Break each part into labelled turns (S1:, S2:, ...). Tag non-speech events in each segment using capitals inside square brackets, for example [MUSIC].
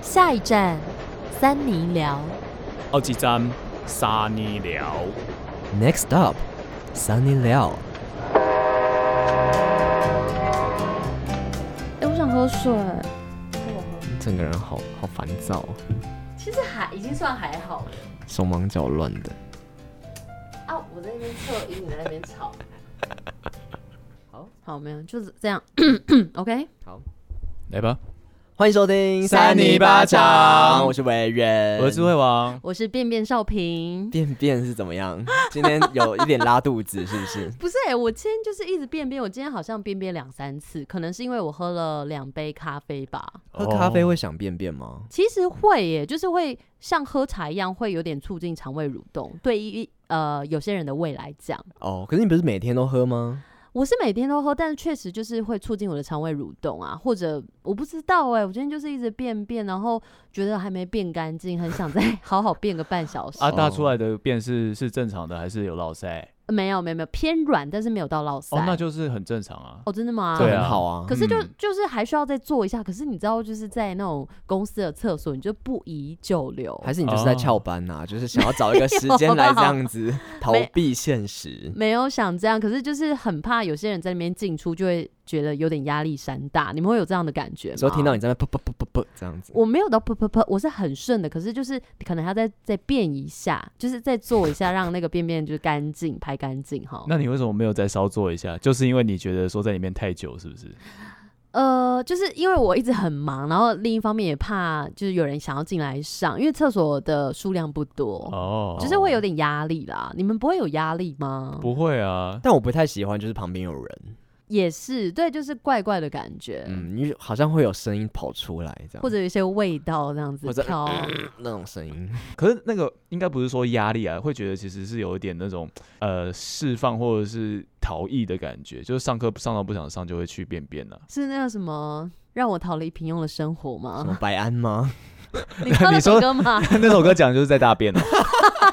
S1: 下一站，三尼寮。
S2: 好哦几站沙尼寮。
S3: Next up, Sunny Liao。
S4: 哎、我想喝水。
S3: 整个人好好烦躁哦，
S1: 其实还已经算还好了
S3: 手忙脚乱的。
S1: 啊！我在那边侧音，你在那边
S4: [LAUGHS]
S1: 吵。
S4: 好，没有，就是这 [LAUGHS] 样。OK，
S2: 来吧，
S3: 欢迎收听
S2: 三尼巴掌
S3: 我是维人，
S2: 我是慧王。
S4: 我是便便少平。
S3: 便便是怎么 [LAUGHS] 样？今天有一点拉肚子，是不是？
S4: 不是哎、我今天就是一直便便，我今天好像便便两三次，可能是因为我喝了两杯咖啡吧。
S3: [LAUGHS] 喝咖啡
S2: 哦
S3: 会想便便吗？
S4: 其实会耶、就是会像喝茶一样，会有点促进肠胃蠕动。对于呃有些人的胃来讲，
S3: 哦，可是你不是每天都喝吗？
S4: 我是每天都喝，但是确实就是会促进我的肠胃蠕动啊，或者我不知道哎、我今天就是一直便便，然后觉得还没变干净，很想再 [LAUGHS] 好好变个半小时。
S2: 啊，大出来的便
S3: Oh
S2: 是是正常的，还是有落腮？
S4: 没有没有没有偏软，但是没有到落腮。
S2: 哦，那就是很正常啊。
S4: 哦真的吗？
S3: 这
S2: 对啊
S3: 很好啊
S4: 可。是就、
S2: 嗯
S4: 就是还需要再做一下，可是你知道，就是在那种公司的厕所，你就不宜久留。
S3: 还是你就是在翘班啊呐、哦就是想要找一个时间来这样 [LAUGHS] 子逃避现实。
S4: 没有想这样，可是就是很怕有些人在那边进出，就会觉得有点压力山大。你们会有这样的感觉吗？
S3: 所以听到你在那噗噗噗噗噗这样子，
S4: 我没有到噗噗噗，我是很顺的，可是就是可能还要再再变一下，就是再做一下，让那个便便就是干净，拍干净哈。
S2: 那你为什么没有再稍做一下？就是因为你觉得说在里面太久，是不是？
S4: 呃，就是因为我一直很忙，然后另一方面也怕就是有人想要进来上，因为厕所的数量不多，
S2: 哦，
S4: 只是会有点压力啦。你们不会有压力吗？
S3: 哦
S2: 不会啊，
S3: 但我不太喜欢就是旁边有人，
S4: 也是，对，就是怪怪的感觉，
S3: 嗯，因为好像会有声音跑出来这样，
S4: 或者有一些味道这样子
S3: 或者呃
S4: 飘。
S3: 那种声 [LAUGHS] 音。
S2: 可是那个应该不是说压力啊，会觉得其实是有一点那种呃释放或者是逃逸的感觉，就是上课上到不想上就会去便便啊了、
S4: 是那个什么让我逃离平庸的生活
S3: 什么
S4: 吗？
S3: 白安吗？
S4: [LAUGHS] 你唱那
S2: 你
S4: 首
S2: 说
S4: 歌吗？
S2: [LAUGHS] 那首歌讲的就是在大便哦、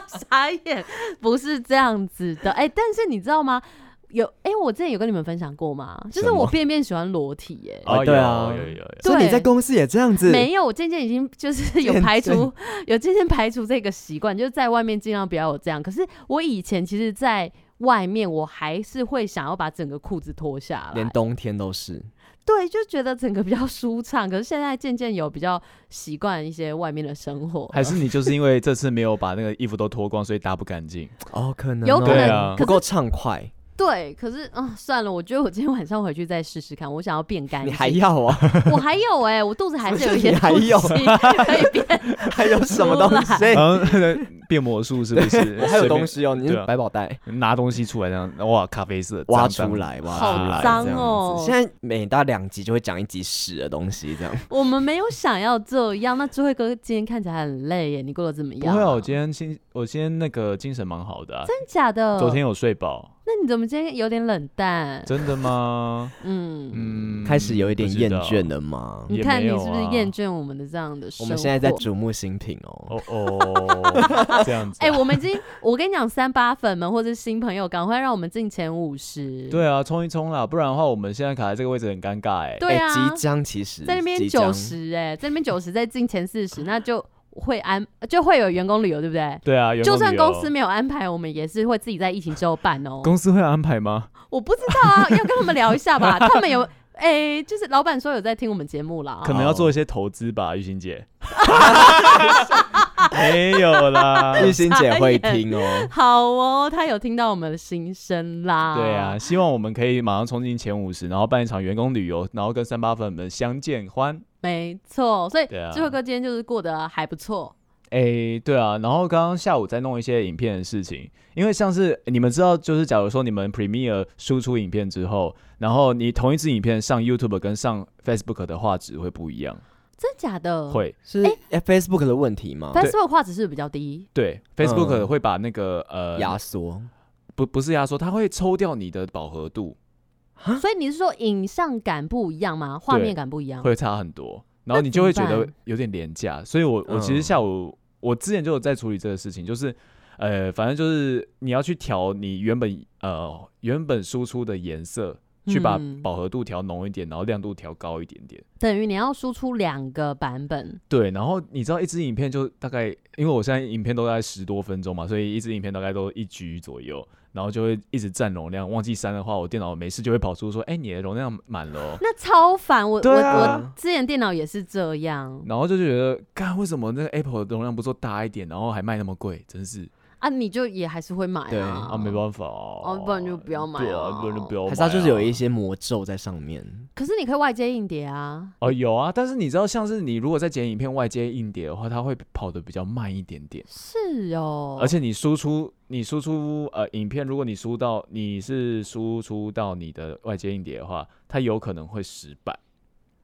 S4: 傻眼，不是这样子的。哎、但是你知道吗？有哎、我之前有跟你们分享过吗？就是
S3: 什么
S4: 我便便喜欢裸体耶、
S3: 哦对啊
S2: 有有有有。
S4: 对
S3: 所以你在公司也这样子？
S4: 没有，我渐渐已经就是有
S3: 渐
S4: 排除， [LAUGHS] 有渐渐排除这个习惯，就是在外面尽量不要有这样。可是我以前其实，在外面我还是会想要把整个裤子脱下
S3: 连
S4: 来，
S3: 冬天都是。
S4: 对，就觉得整个比较舒畅。可是现在渐渐有比较习惯一些外面的生活，
S2: 还是你就是因为这次没有把那个衣服都脱光，所以搭不干 [LAUGHS] 净。
S3: 哦，可能
S4: 有
S3: 哦
S4: 可
S2: 对
S4: 能，
S2: 啊
S4: 可
S3: 不
S4: 是
S3: 够畅快，
S4: 对，可是啊、算了，我觉得我今天晚上回去再试试看，我想要变干
S3: 你
S4: 净。
S3: 还要啊？
S4: [LAUGHS] 我还有哎、我肚子还
S3: [LAUGHS]
S4: 是有一些
S3: 你还
S4: 东西
S3: 有
S4: 可以变。
S3: [LAUGHS] 还有什么东 [LAUGHS] 西？
S2: 然后 [LAUGHS] 变魔术是不是？
S3: 我还有
S2: 哦随便
S3: 东西哦，你
S2: 嗯对
S3: 是
S2: 啊
S3: 百宝袋
S2: 拿东西出来这样，哇，咖啡色
S3: 挖
S2: 脏
S3: 出
S2: 脏
S3: 来，挖
S4: 好
S3: 出来，
S4: 脏
S3: 这样子
S4: 哦
S3: 现在每大两集就会讲一集屎的东西，这样。
S4: 我们没有想要这样。那智慧哥今天看起来很累耶，你过得怎么
S2: 不
S4: 样、
S2: 会啊，我今天心我今天那个精神蛮好的、啊，
S4: 真的假的？
S2: 昨天有睡饱，
S4: 那你怎么今天有点冷淡？
S2: 真的
S3: [LAUGHS]
S2: 吗？
S4: 嗯
S2: 嗯，
S3: 开始有一点厌
S2: 不知
S3: 倦
S2: 道。
S3: 了吗？
S4: 你
S2: 也
S4: 看
S2: 没
S4: 你
S2: 有
S4: 是不是
S2: 啊
S4: 厌倦我们的这样的生活？
S3: 我们现在在瞩目新品哦。
S2: 哦哦， [LAUGHS] 这样子、
S4: 哎、我们已经，我跟你讲，三八粉们或者新朋友，赶快让我们进前五十。
S2: 对啊，冲一冲啦，不然的话我们现在卡在这个位置很尴尬哎、
S4: 对啊，
S3: 哎即将其实
S4: 在那边
S3: 即将
S4: 九十哎，在那边九十，再进前四十，那就会安就会有员工旅游，对不对？
S2: 对啊，员
S4: 就
S2: 工
S4: 算
S2: 旅游
S4: 公司没有安排，我们也是会自己在疫情之后办哦。
S2: 公司会安排吗？
S4: 我不知道啊，要跟他们聊一下吧。他们有哎、就是老板说有在听我们节目啦
S2: 可。能要做一些投资吧，玉欣姐。 [LAUGHS] 没有啦，
S3: [LAUGHS] 玉欣姐会听 [LAUGHS] 哦。
S4: 好哦，他有听到我们的心声啦。
S2: 对啊，，希望我们可以马上冲进前五十，然后办一场员工旅游，然后跟三八粉们相见欢。
S4: 没错。所以
S2: 对啊
S4: 智慧哥今天就是过得还不错。
S2: 诶，对啊，然后刚刚下午在弄一些影片的事情，因为像是你们知道，就是假如说你们 Premiere 输出影片之后，然后你同一支影片上 YouTube 跟上 Facebook 的画质会不一样，
S4: 真假的？。
S2: 会
S3: 是哎 Facebook 的问题吗？
S4: 但是画质是不是比较低，
S2: 对 Facebook 会把那个、呃
S3: 压缩
S2: 不不是压缩，它会抽掉你的饱和度，呃
S4: 所以你是说影像感不一样吗？画
S2: 对
S4: 面感不一样？
S2: 会差很多，然后你
S4: 怎
S2: 就
S4: 么
S2: 会觉得
S4: 办
S2: 有点廉价。所以我我其实
S3: 嗯
S2: 下午、我之前就有在处理这个事情，就是呃，反正就是你要去调你原本呃原本输出的颜色去把
S4: 嗯
S2: 饱和度调浓一点，然后亮度调高一点点。
S4: 等于你要输出两个版本，
S2: 对，然后你知道一支影片就大概，因为我现在影片都在十多分钟嘛，所以一支影片大概都一局左右，然后就会一直占容量。忘记删的话，我电脑没事就会跑出说：“哎、你的容量满了、哦。”
S4: 那超烦。我、
S2: 对
S4: 我
S2: 啊
S4: 我之前电脑也是这样
S2: 然后就觉得，干为什么那个 Apple 的容量不做大一点，然后还卖那么贵，真是
S4: 啊，你就也还是会买
S2: 对
S4: 啊，
S2: 啊，没办法哦、
S4: 哦不然就不要买
S2: 对
S4: 啊
S2: 啊，不然就不要买、啊。
S3: 还是它就是有一些魔咒在上面，
S4: 可是你可以外接硬碟啊，
S2: 哦有啊，但是你知道，像是你如果在剪影片外接硬碟的话，它会跑得比较慢一点点。
S4: 是哦，
S2: 而且你输出，你输出呃影片，如果你输到你是输出到你的外接硬碟的话，它有可能会失败，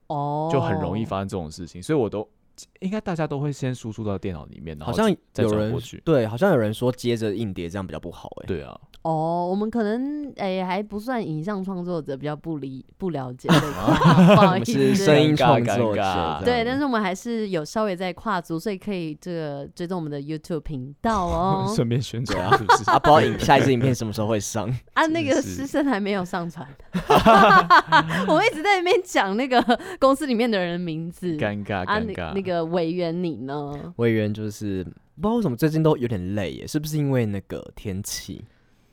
S4: 哦，
S2: 就很容易发生这种事情。所以我都应该大家都会先输出到电脑里面，然
S3: 好
S2: 后
S3: 像
S2: 再
S3: 有
S2: 转
S3: 人
S2: 过去。
S3: 对，好像有人说接着硬碟这样比较不好哎、
S2: 对啊，
S4: 哦，我们可能诶、还不算影像创作者，比较不理不了
S2: [LAUGHS]
S4: 解这一块，不好
S3: 我
S4: 意
S3: 们
S4: 思，
S3: 是声音创
S2: 尴尬
S3: 作者这
S2: 尴
S3: 样
S2: 尬
S3: 子，
S4: 对，但嗯是我们还是有稍微在跨足，所以可以这个追踪我们的 YouTube 频道
S2: [LAUGHS]
S4: 哦。
S2: 顺便宣
S3: 对
S2: 传
S3: 啊
S4: [LAUGHS]
S2: 是不是？
S3: 啊，不知道影下一支影片什么时候会上， [LAUGHS]
S4: 啊，那个
S2: 真是
S4: 师生还没有上
S2: [LAUGHS]
S4: 传， [LAUGHS] 我们一直在那边讲那个公司里面的人的名字
S2: 尴尬
S4: 啊，
S2: 尴
S4: 那
S2: 尬，
S4: 那个委员你呢？
S3: 委员就是不知道为什么最近都有点累耶，是不是因为那个天气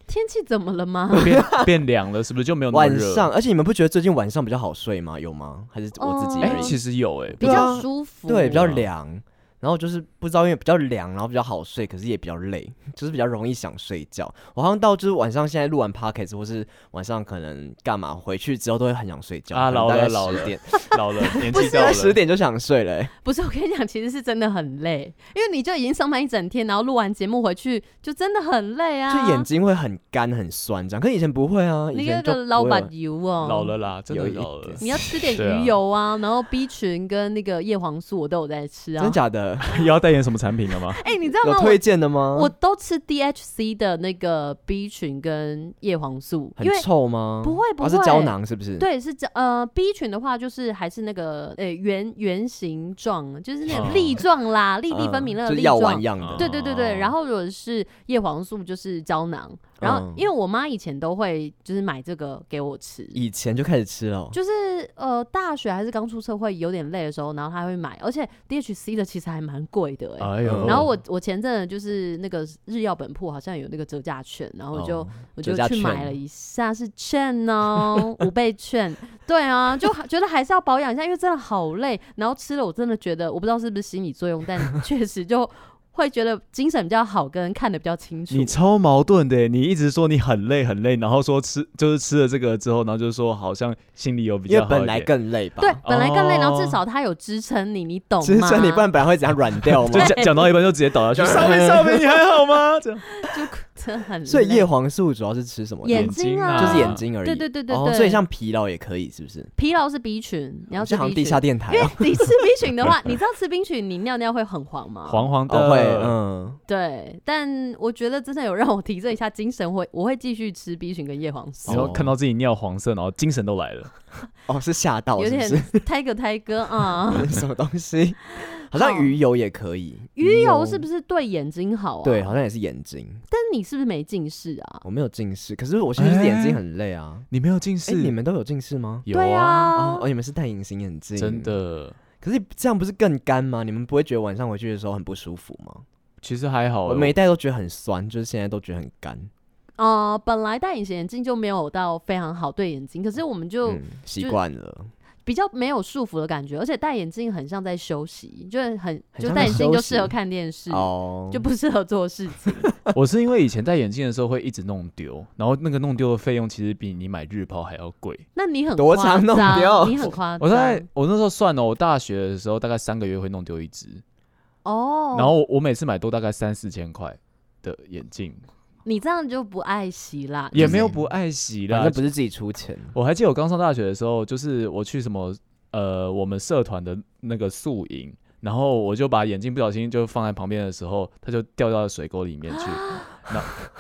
S4: 天气怎么了吗？
S3: [LAUGHS]
S2: 变 [LAUGHS] 变凉了，是不是就没有那么
S3: 晚
S2: 热？
S3: 上？而且你们不觉得最近晚上比较好睡吗？有吗？还是我自己
S4: 哦
S3: 而
S2: 哎、
S3: 已？
S2: 其实有哎、
S4: 比
S3: 对
S4: 较
S3: 啊
S4: 舒服，
S3: 对，比较
S2: 啊
S3: 凉。然后就是不知道，因为比较凉，然后比较好睡，可是也比较累，就是比较容易想睡觉。我好像到就是晚上，现在录完 podcast 或是晚上可能干嘛回去之后，都会很想睡觉
S2: 啊
S3: 可能
S2: 老
S3: 大概
S2: 了老
S3: 10
S2: 了
S3: 点，
S4: [LAUGHS]
S2: 老了，年
S3: 不
S2: 纪
S3: 是
S2: 到了，
S3: 十点就想睡了、欸。
S4: 不是，我跟你讲，其实是真的很累，因为你就已经上班一整天，然后录完节目回去就真的很累啊，
S3: 就眼睛会很干很酸这样。可以前不会啊，以
S4: 你
S3: 前
S4: 那
S3: 就
S4: 个老
S3: 不会有
S4: 板油哦，
S2: 老了啦，真
S3: 有
S2: 的
S3: 一
S2: 老了
S3: 点。
S4: 你要吃点
S2: 对啊
S4: 鱼油啊，然后 B 群跟那个叶黄素我都有在吃啊。
S3: 真假的？
S2: 你 [LAUGHS] 要代言什么产品了
S3: [LAUGHS]
S2: 吗？
S4: 哎、你知道
S3: 有
S4: 吗？
S3: 推荐的吗？
S4: 我我都吃 DHC 的那个 B 群跟叶黄素，
S3: 很
S4: 因为
S3: 臭吗？
S4: 不会不
S3: 哦是胶
S4: 会
S3: 囊是不是？，
S4: 对是这呃 B 群的话，就是还是那个呃圆圆形状，就是那
S2: 哦
S4: 个粒状啦，粒粒分明那个
S3: 嗯就是
S4: 粒
S3: 药
S4: 状。
S3: 丸一样的。
S4: 对对对
S2: 哦
S4: 对，然后如果是叶黄素就是胶囊，然后
S3: 嗯
S4: 因为我妈以前都会就是买这个给我吃，
S3: 以前就开始吃了哦，
S4: 就是呃大学还是刚出社会有点累的时候，然后她会买，而且 DHC 的其实还蛮贵的
S3: 哦
S4: 哎、
S2: 哎
S3: 嗯
S2: 呦，
S4: 然后我我前阵子就是那个日药本铺好像有那个折价券，然后我就、
S3: 哦
S4: 我就
S3: 折价
S4: 去
S3: 券
S4: 买了一下，是券哦，五倍券，对啊，就还觉得还是要保养一下，因为真的好累。然后吃了，我真的觉得我不知道是不是心理作用，
S3: [LAUGHS]
S4: 但确实就会觉得精神比较好，跟看得比较清楚
S2: 你。超矛盾的耶，你一直说你很累很累，然后说吃就是吃了这个之后，然后就说好像心里有比
S3: 因
S2: 较
S3: 为
S2: 好
S3: 本
S2: 一
S3: 来
S2: 点
S3: 更累吧？
S4: 对，本来更累，然后
S2: 哦
S4: 至少它有支撑你，你懂吗？
S3: 支撑你，不然本来会怎样软掉
S4: [LAUGHS]
S3: 吗
S2: 就？讲讲到一半就直接倒下
S3: [LAUGHS]
S2: 去，上面上面你还好吗？这样
S4: 就真的很累。
S3: 所以叶黄素主要是吃什么的？
S4: 眼
S2: 睛
S4: 睛啊
S2: 啊
S3: 就是眼睛而已。
S4: 对对对对
S3: 哦，
S4: 对
S3: 所以像疲劳也可以，是不是？
S4: 疲劳是 B 群，你要吃
S3: 这好
S4: B
S3: 像地
S4: 群。
S3: 下电台
S4: 因为 [LAUGHS]
S3: 啊，
S4: 你吃 B 群的话，你知道吃 B 群你尿尿会很黄吗？
S2: [LAUGHS] 黄黄的呃
S3: 哦会，嗯，
S4: 对，但我觉得真的有让我提振一下精神，会我会继续吃 B 群跟叶黄素
S2: 然，后看到自己尿黄色，然后精神都来了。
S3: 哦是吓到，
S4: 有
S3: 是不
S4: 点
S3: 是？
S4: [LAUGHS] 胎哥胎哥啊。
S3: [LAUGHS] 什么东西？好像鱼油也可以，
S4: 鱼油是不
S3: 是？
S4: 是对眼睛好啊？
S3: 对，好像也是眼睛。
S4: 但你是不是没近视啊？
S3: 我没有近视，可是我现在就是
S2: 哎
S3: 眼睛很累啊。
S2: 你没有近
S3: 哎，
S2: 视，
S3: 你们都有近视吗？
S2: 有
S4: 对
S2: 啊，
S4: 啊
S3: 哦，哦，你们是戴隐形眼镜，
S2: 真。的，
S3: 可是这样不是更干吗？你们不会觉得晚上回去的时候很不舒服吗？
S2: 其实还好
S3: 我
S2: 耶，
S3: 每戴都觉得很酸，就是现在都觉得很干。
S4: 呃，本来戴隐形眼镜就没有到非常好对眼睛，可是我们就
S3: 嗯，习惯了，
S4: 比较没有束缚的感觉，而且戴眼镜很像在休息，就是很
S3: 很
S4: 就
S3: 像
S4: 戴
S3: 在
S4: 眼镜就
S3: 休息
S4: 适合看电视，
S3: 哦，
S4: 就不适合做事情。
S2: 我是因为以前戴眼镜的时候会一直弄丢，然后那个弄丢的费用其实比你买日抛还要贵。
S4: 那你很
S3: 多
S4: 夸
S3: 常弄
S4: 张
S3: 丢
S4: 你很夸张。
S2: 我在我那时候算了，哦我大学的时候大概三个月会弄丢一只，
S4: 哦，
S2: 然后我我每次买都大概三四千块的眼镜，
S4: 你这样就不爱惜啦，
S2: 也
S4: 就是
S2: 没有不爱惜
S3: 反
S2: 啦
S3: 正。不是自己出钱。
S2: 我还记得我刚上大学的时候，就是我去什么呃我们社团的那个宿营，然后我就把眼镜不小心就放在旁边的时候，它就掉到水沟里面去，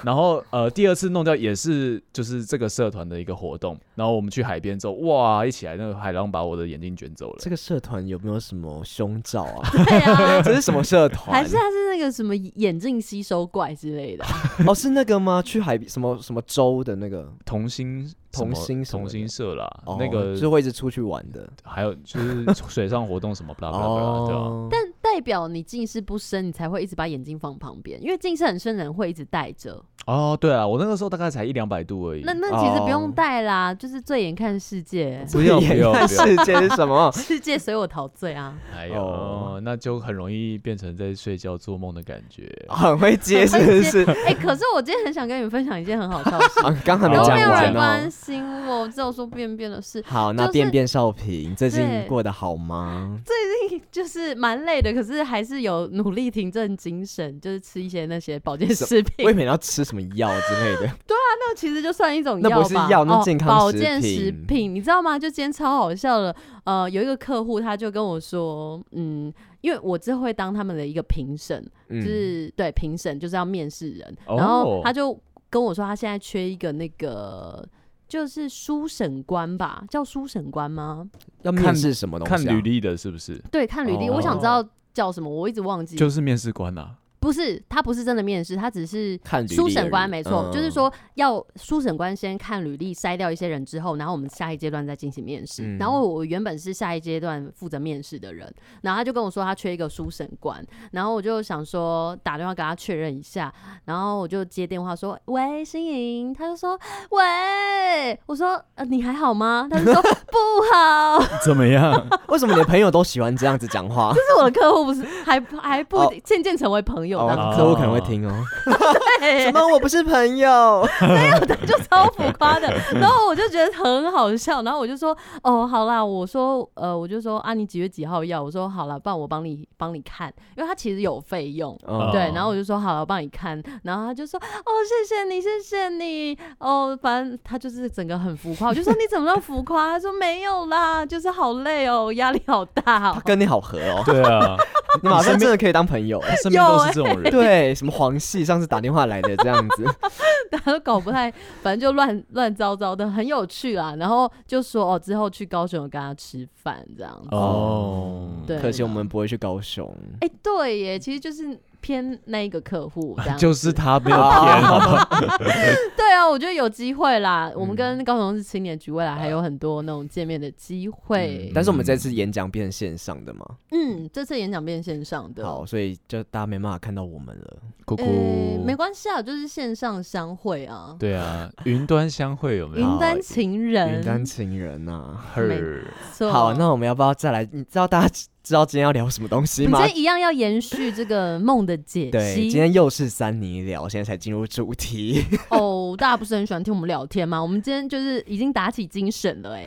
S2: 然后呃，第二次弄掉也是就是这个社团的一个活动，然后我们去海边之后，哇，一起来那个海浪把我的眼镜卷走了。
S3: 这个社团有没有什么胸罩
S4: [LAUGHS]
S3: 啊？
S4: 对
S3: [LAUGHS]
S4: 啊，
S3: 这是什么社团？
S4: 还是他是那个什么眼镜吸收怪之类的啊，
S3: 哦，是那个吗？去海边什么什么州的那个？
S2: 同心
S3: 同心什么
S2: 同
S3: 的
S2: 心社啦，
S3: 哦
S2: 那个
S3: 是会一直出去玩的。
S2: 还有就是水上活动什么 blah blah blah，对啊吧？
S3: 但 [LAUGHS]
S4: 代表你近视不深，你才会一直把眼镜放旁边，因为近视很深的人会一直戴着。
S2: 哦，对啊，我那个时候大概才一两百度而已。
S4: 那那其实不用
S3: 哦
S4: 戴啦，就是醉眼看世界， [LAUGHS]
S2: 不
S3: [LAUGHS]
S2: 用不用不用，
S3: 世界是什么？
S4: 世界随我陶醉啊。
S2: 哎呦，
S3: 哦
S2: 那就很容易变成在睡觉做梦的感觉。
S3: 很会接是不是？
S4: 哎、可是我今天很想跟你们分享一件很好笑的事，
S3: 啊，刚还没
S4: 都
S3: 讲
S4: 没有人
S3: 完
S4: 关
S3: 哦。
S4: 心我，只有说便便的事。
S3: 好，那
S4: 就是
S3: 便便少平最近
S4: 对
S3: 过得好吗？
S4: 就是蛮累的，可是还是有努力 [LAUGHS] 提振精神，就是吃一些那些保健食品
S3: 未。免要吃什么药之类
S4: [LAUGHS]
S3: 的。
S4: 那其实就算一种
S3: 那
S4: 药吧，
S3: 不是药那
S4: 哦
S3: 健康
S4: 保
S3: 食
S4: 健食
S3: 品
S4: 品，你知道吗？就今天超好笑的，呃，有一个客户他就跟我说，嗯，因为我这会当他们的一个评审，就
S3: 嗯，
S4: 是、对评审就是要面试人，
S2: 哦
S4: 然后他就跟我说他现在缺一个那个。就是书审官吧，叫书审官吗？
S3: 要
S2: 看
S3: 面试什么东
S2: 看
S3: 西啊？
S2: 履历的是不是？
S4: 对，看履历，我想知
S3: 哦
S4: 道叫什么，我一直忘记。
S2: 就是面试官啊。
S4: 不是，他不是真的面试，他只是
S3: 看履历
S4: 书
S3: 而
S4: 审
S3: 已
S4: 官没错，
S3: 嗯
S4: 就是说要书审官先看履历，筛掉一些人之后，然后我们下一阶段再进行面试。
S3: 嗯
S4: 然后我原本是下一阶段负责面试的人，然后他就跟我说他缺一个书审官，然后我就想说打电话给他确认一下，然后我就接电话说喂，新颖，他就说喂，我说呃你还好吗？他就说 [LAUGHS] 不好，
S2: [LAUGHS]
S4: [LAUGHS]
S2: 怎么 [LAUGHS] 样？
S3: 为什么你的朋友都喜欢这样子讲话？
S4: 这是我的客户不是还还不
S3: 哦
S4: 渐渐成为朋友的，
S2: 啊
S3: 哦，客户可能会听
S4: [LAUGHS]
S3: 哦。
S4: 对 [LAUGHS]
S3: 什么？我不是朋友。
S4: 就超浮夸的。然后我就觉得很好笑，然后我就说，哦，好啦，我说，呃，我就说啊，你几月几号要？我说好啦，不然我帮你帮你看，因为他其实有费用。
S3: 哦
S4: 对，然后我就说好了，我帮你看，然后他就说哦，谢谢你，谢谢你，哦，反正他就是整个很浮夸，我就说你怎么那么浮夸？他说没有啦，就是好累哦，压力好大哦。 [LAUGHS]
S3: 跟你好合哦，
S2: 对啊，欸
S3: 你马上真的可以当朋友。
S2: [LAUGHS]
S3: 欸
S2: 他身边都是这种人。
S3: 对，什么黄系上次打电话来的这样子，
S4: 大家都搞不太，反正就乱乱糟糟的，很有趣啦。然后就说哦，之后去高雄跟他吃饭这样子。
S2: 哦，
S4: 对
S3: 哦可惜我们不会去高雄。
S4: 哎、对耶，其实就是偏那一个客户
S3: 啊
S4: 这样子，
S2: 就是他没有骗啊。
S4: 对啊，我觉得有机会啦。我们
S3: 嗯
S4: 跟高雄市青年局未来还有很多那种见面的机会。
S3: 但是我们这次演讲变成线上的嘛，
S4: 嗯这次演讲变线上的，
S3: 好，所以就大家没办法看到我们了。
S2: 姑
S4: 呃，
S2: 姑，
S4: 没关系啊，就是线上相会啊，
S2: 对啊，云端相会有没
S4: 云
S2: 有？
S4: 端情人，
S3: 云端情人呐、
S2: Her
S4: 错
S3: 好，那我们要不要再来？你知道大家知道今天要聊什么东
S4: 我
S3: 西
S4: 们
S3: 吗
S4: 今？天一样要延续这个梦的解
S3: 对，
S4: 析。
S3: 今天又是三尼聊，现在才进入主
S4: [LAUGHS]
S3: 题，
S4: 哦，大家不是很喜欢听我们聊天吗？我们今天就是已经打起精神了、哎，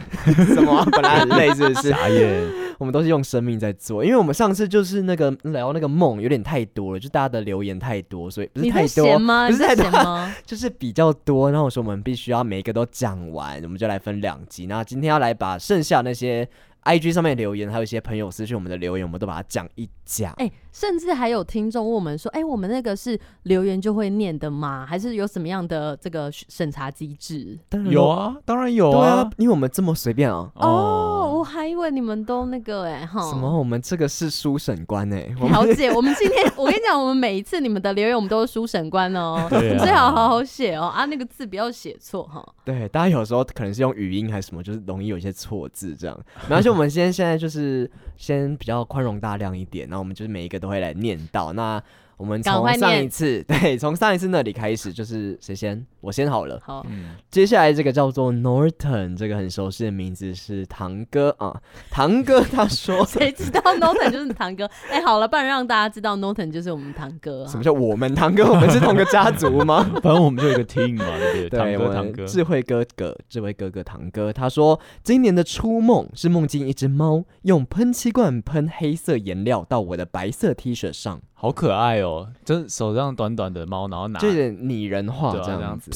S3: 什么啊、本来很累是不
S4: [LAUGHS]
S3: 是？
S2: 傻眼。
S3: 我们都是用生命在做，因为我们上次就是那个聊那个梦有点太多了，就大家的留言太多，所以不是
S4: 你
S3: 太
S4: 在
S3: 多
S4: 闲，吗？
S3: 不
S4: 你
S3: 是
S4: 在
S3: 太多
S4: 闲吗？
S3: 就是比较多。然后我说我们必须要每一个都讲完，我们就来分两集。那今天要来把剩下那些 IG 上面的留言，还有一些朋友私讯我们的留言，我们都把它讲一讲。
S4: 哎、甚至还有听众问我们说，哎、我们那个是留言就会念的吗？还是有什么样的这个审查机制？
S3: 当然
S2: 有
S3: 我，
S2: 啊，当然有
S3: 对
S2: 啊
S3: 啊。，因为我们这么随便啊。
S4: 哦，我还以为你们都那个哎、哈。
S3: 什么？我们这个是书审官哎、我们
S4: 了解，我们今天我跟你讲，我们每一次你们的留言，我们都是书审官
S3: [LAUGHS]
S4: 哦，
S2: 对啊
S4: 你最好好好写哦啊，那个字不要写错哈。
S3: 对大家有时候可能是用语音还是什么，就是容易有一些错字这样。没关系，我们先现在就是先比较宽容大量一点，那我们就是每一个都会来念到。那我们
S4: 赶
S3: 从
S4: 快
S3: 上
S4: 念
S3: 一次，对，从上一次那里开始，就是谁先？我先好了。
S4: 好，，
S2: 嗯，
S3: 接下来这个叫做 Norton，这个很熟悉的名字是堂哥啊。堂哥他说
S4: [LAUGHS] 谁知道 Norton 就是你堂哥？哎、好了，不然让大家知道 Norton 就是我们堂哥、啊。
S3: 什么叫我们堂哥？我们是同个家族
S4: [LAUGHS]
S3: 吗？
S2: 反正我们就有一个 team 嘛，对不对？
S3: 对，
S2: 堂
S3: 我
S2: 哥，堂
S3: 们
S2: 哥，
S3: 智慧哥哥，智慧哥哥堂哥，他说今年的初梦是梦见一只猫用喷漆罐喷黑色颜料到我的白色 T 恤上，
S2: 好可爱哦，就是手上短短的猫，然
S4: 啊
S2: 后拿，
S3: 就有点拟人化
S2: 对啊这
S3: 这样
S2: 样
S3: 子。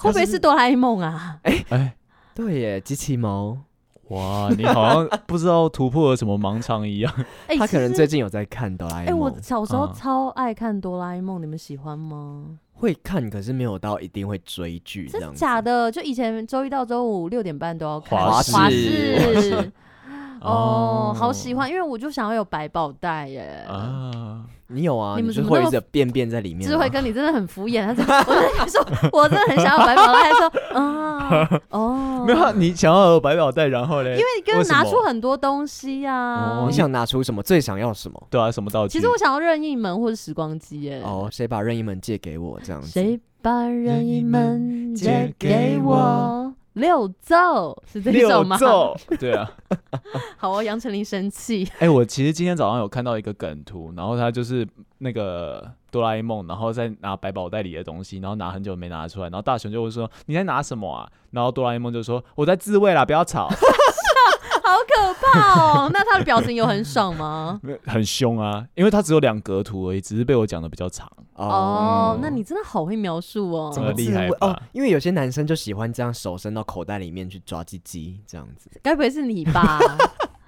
S4: 会不会是哆啦 A 梦啊？
S2: 哎，
S3: 对耶，机器猫，
S2: 哇，你好像不知道突破了什么盲肠一
S4: [LAUGHS]
S2: 样。
S4: 哎、
S3: 他可能
S4: 其实
S3: 最近有在看哆啦
S4: 哎、
S3: A 梦
S4: 我。小时候
S2: 嗯
S4: 超爱看哆啦 A 梦，你们喜欢吗？
S3: 会看，可是没有到一定会追剧这
S4: 真的
S3: 样子。
S4: 假的？就以前周一到周五六点半都要看
S2: 华
S4: 华
S2: 视华视
S4: 视。 [LAUGHS] 哦，好喜欢，因为我就想要有百宝袋耶。
S2: 啊！
S3: 你有啊？
S4: 你们
S3: 就
S4: 怎么
S3: 会有
S4: 那
S3: 一
S4: 么
S3: 个便便在里面啊。
S4: 智慧哥，你真的很敷衍。他说，我真的说， [LAUGHS] 我真的很想要百宝袋。他说，啊，哦，
S2: [LAUGHS] 没有啊，你想要有百宝袋，然后嘞，因为
S4: 你给我拿
S2: 为什
S4: 出
S2: 么
S4: 很多东西呀、
S2: 哦
S3: 你想拿出什么？最想要什么？
S2: 对啊，什么道具？
S4: 其实我想要任意门或者时光机耶、
S3: 哦，谁把任意门借给我这样子？
S4: 谁把任意门借
S2: 任意门借给
S4: 给
S2: 我
S4: 我？六奏是这
S2: 六
S4: 首吗？
S2: 奏，对啊。
S4: [LAUGHS] 好哦，杨丞琳生气。
S2: 哎、我其实今天早上有看到一个梗图，然后他就是那个哆啦 A 梦，然后再拿百宝袋里的东西，然后拿很久没拿出来，然后大雄就会说：“你在拿什么啊？”然后哆啦 A 梦就说：“我在自慰啦，不要吵。？
S4: 好可怕哦！ [LAUGHS] 那他的表情有很爽吗
S3: [LAUGHS]
S2: 没有”很凶啊，因为他只有两格图而已，只是被我讲的比较长。
S4: 哦，
S3: 嗯
S4: 那你真的好会描述哦
S2: 怎。么
S3: 自
S2: 厉害吧
S3: 慰哦，因为有些男生就喜欢这样手伸到口袋里面去抓鸡鸡这样子。
S4: 该不会是你
S3: [LAUGHS]
S4: 吧？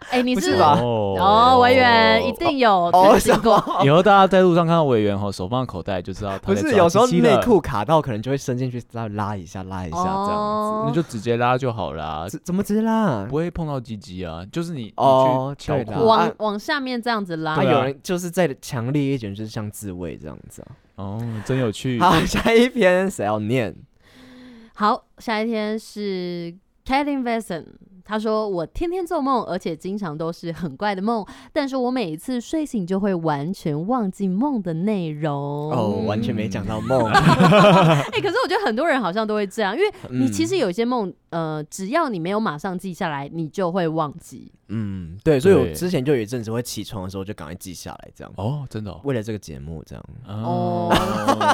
S4: 哎、你
S3: 不是
S4: 是
S3: 吧
S2: 哦
S4: 哦，委员一定有
S3: 哦，
S4: 曾经
S3: 什么？
S2: 以后大家在路上看到委员吼，手放口袋就知道他
S3: 不
S2: 在
S3: 是，
S2: 抓
S3: 有时候
S2: 鸡鸡了
S3: 内，裤卡到，可能就会伸进去再拉一下，拉一下这样
S4: 哦
S2: 那就直接拉就好啦
S3: 子。，怎怎么直接拉？
S2: 不会碰到鸡鸡啊。就是你
S3: 哦
S2: 你去敲
S3: 对
S2: 裤
S3: 啦
S4: 往
S3: 啊
S4: 往下面这样子拉
S3: 啊，
S2: 对啊
S3: 有人就是再强烈一点，就是像自慰这样子啊。
S2: 哦，真有趣。
S3: 好， [LAUGHS] 下一篇谁要念？
S4: 好，下一天是 Kevin Vesson。他说：“我天天做梦，而且经常都是很怪的梦，但是我每一次睡醒就会完全忘记梦的内容。
S3: 哦，完全没讲到梦。 [LAUGHS]
S4: 哎、可是我觉得很多人好像都会这样，因为
S3: 嗯
S4: 你其实有一些梦，呃，只要你没有马上记下来，你就会忘
S3: [LAUGHS]
S4: 记。
S3: 嗯，对，所以我
S2: 对
S3: 之前就有一阵子会起床的时候就赶快记下来，这样
S2: 哦，真的哦。
S3: 为了这个节目这样。
S4: 哦，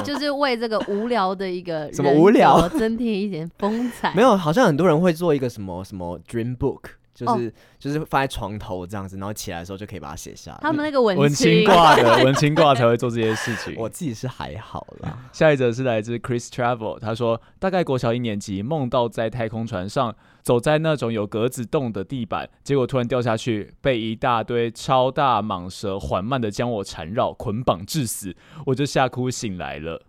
S4: 就是为这个无聊的一个
S3: [LAUGHS] 什么无聊
S4: 人格增添一点风采。
S3: 没有，好像很多人会做一个什么什么 dream book，就是、
S4: 哦
S3: 就是放在床头这样子，然后起来的时候就可以把它写下来。
S4: 他们那个文
S2: 文青挂的，文青挂才会做这些事情。
S3: 我自己是还好
S4: [LAUGHS]
S3: 啦，
S2: 下一则是来自 Chris Travel，他说大概国小一年级，梦到在太空船上走在那种有格子洞的地板，结果突然掉下去，被一大堆超大蟒蛇缓慢的将我缠绕捆绑致死，我就吓哭醒来了。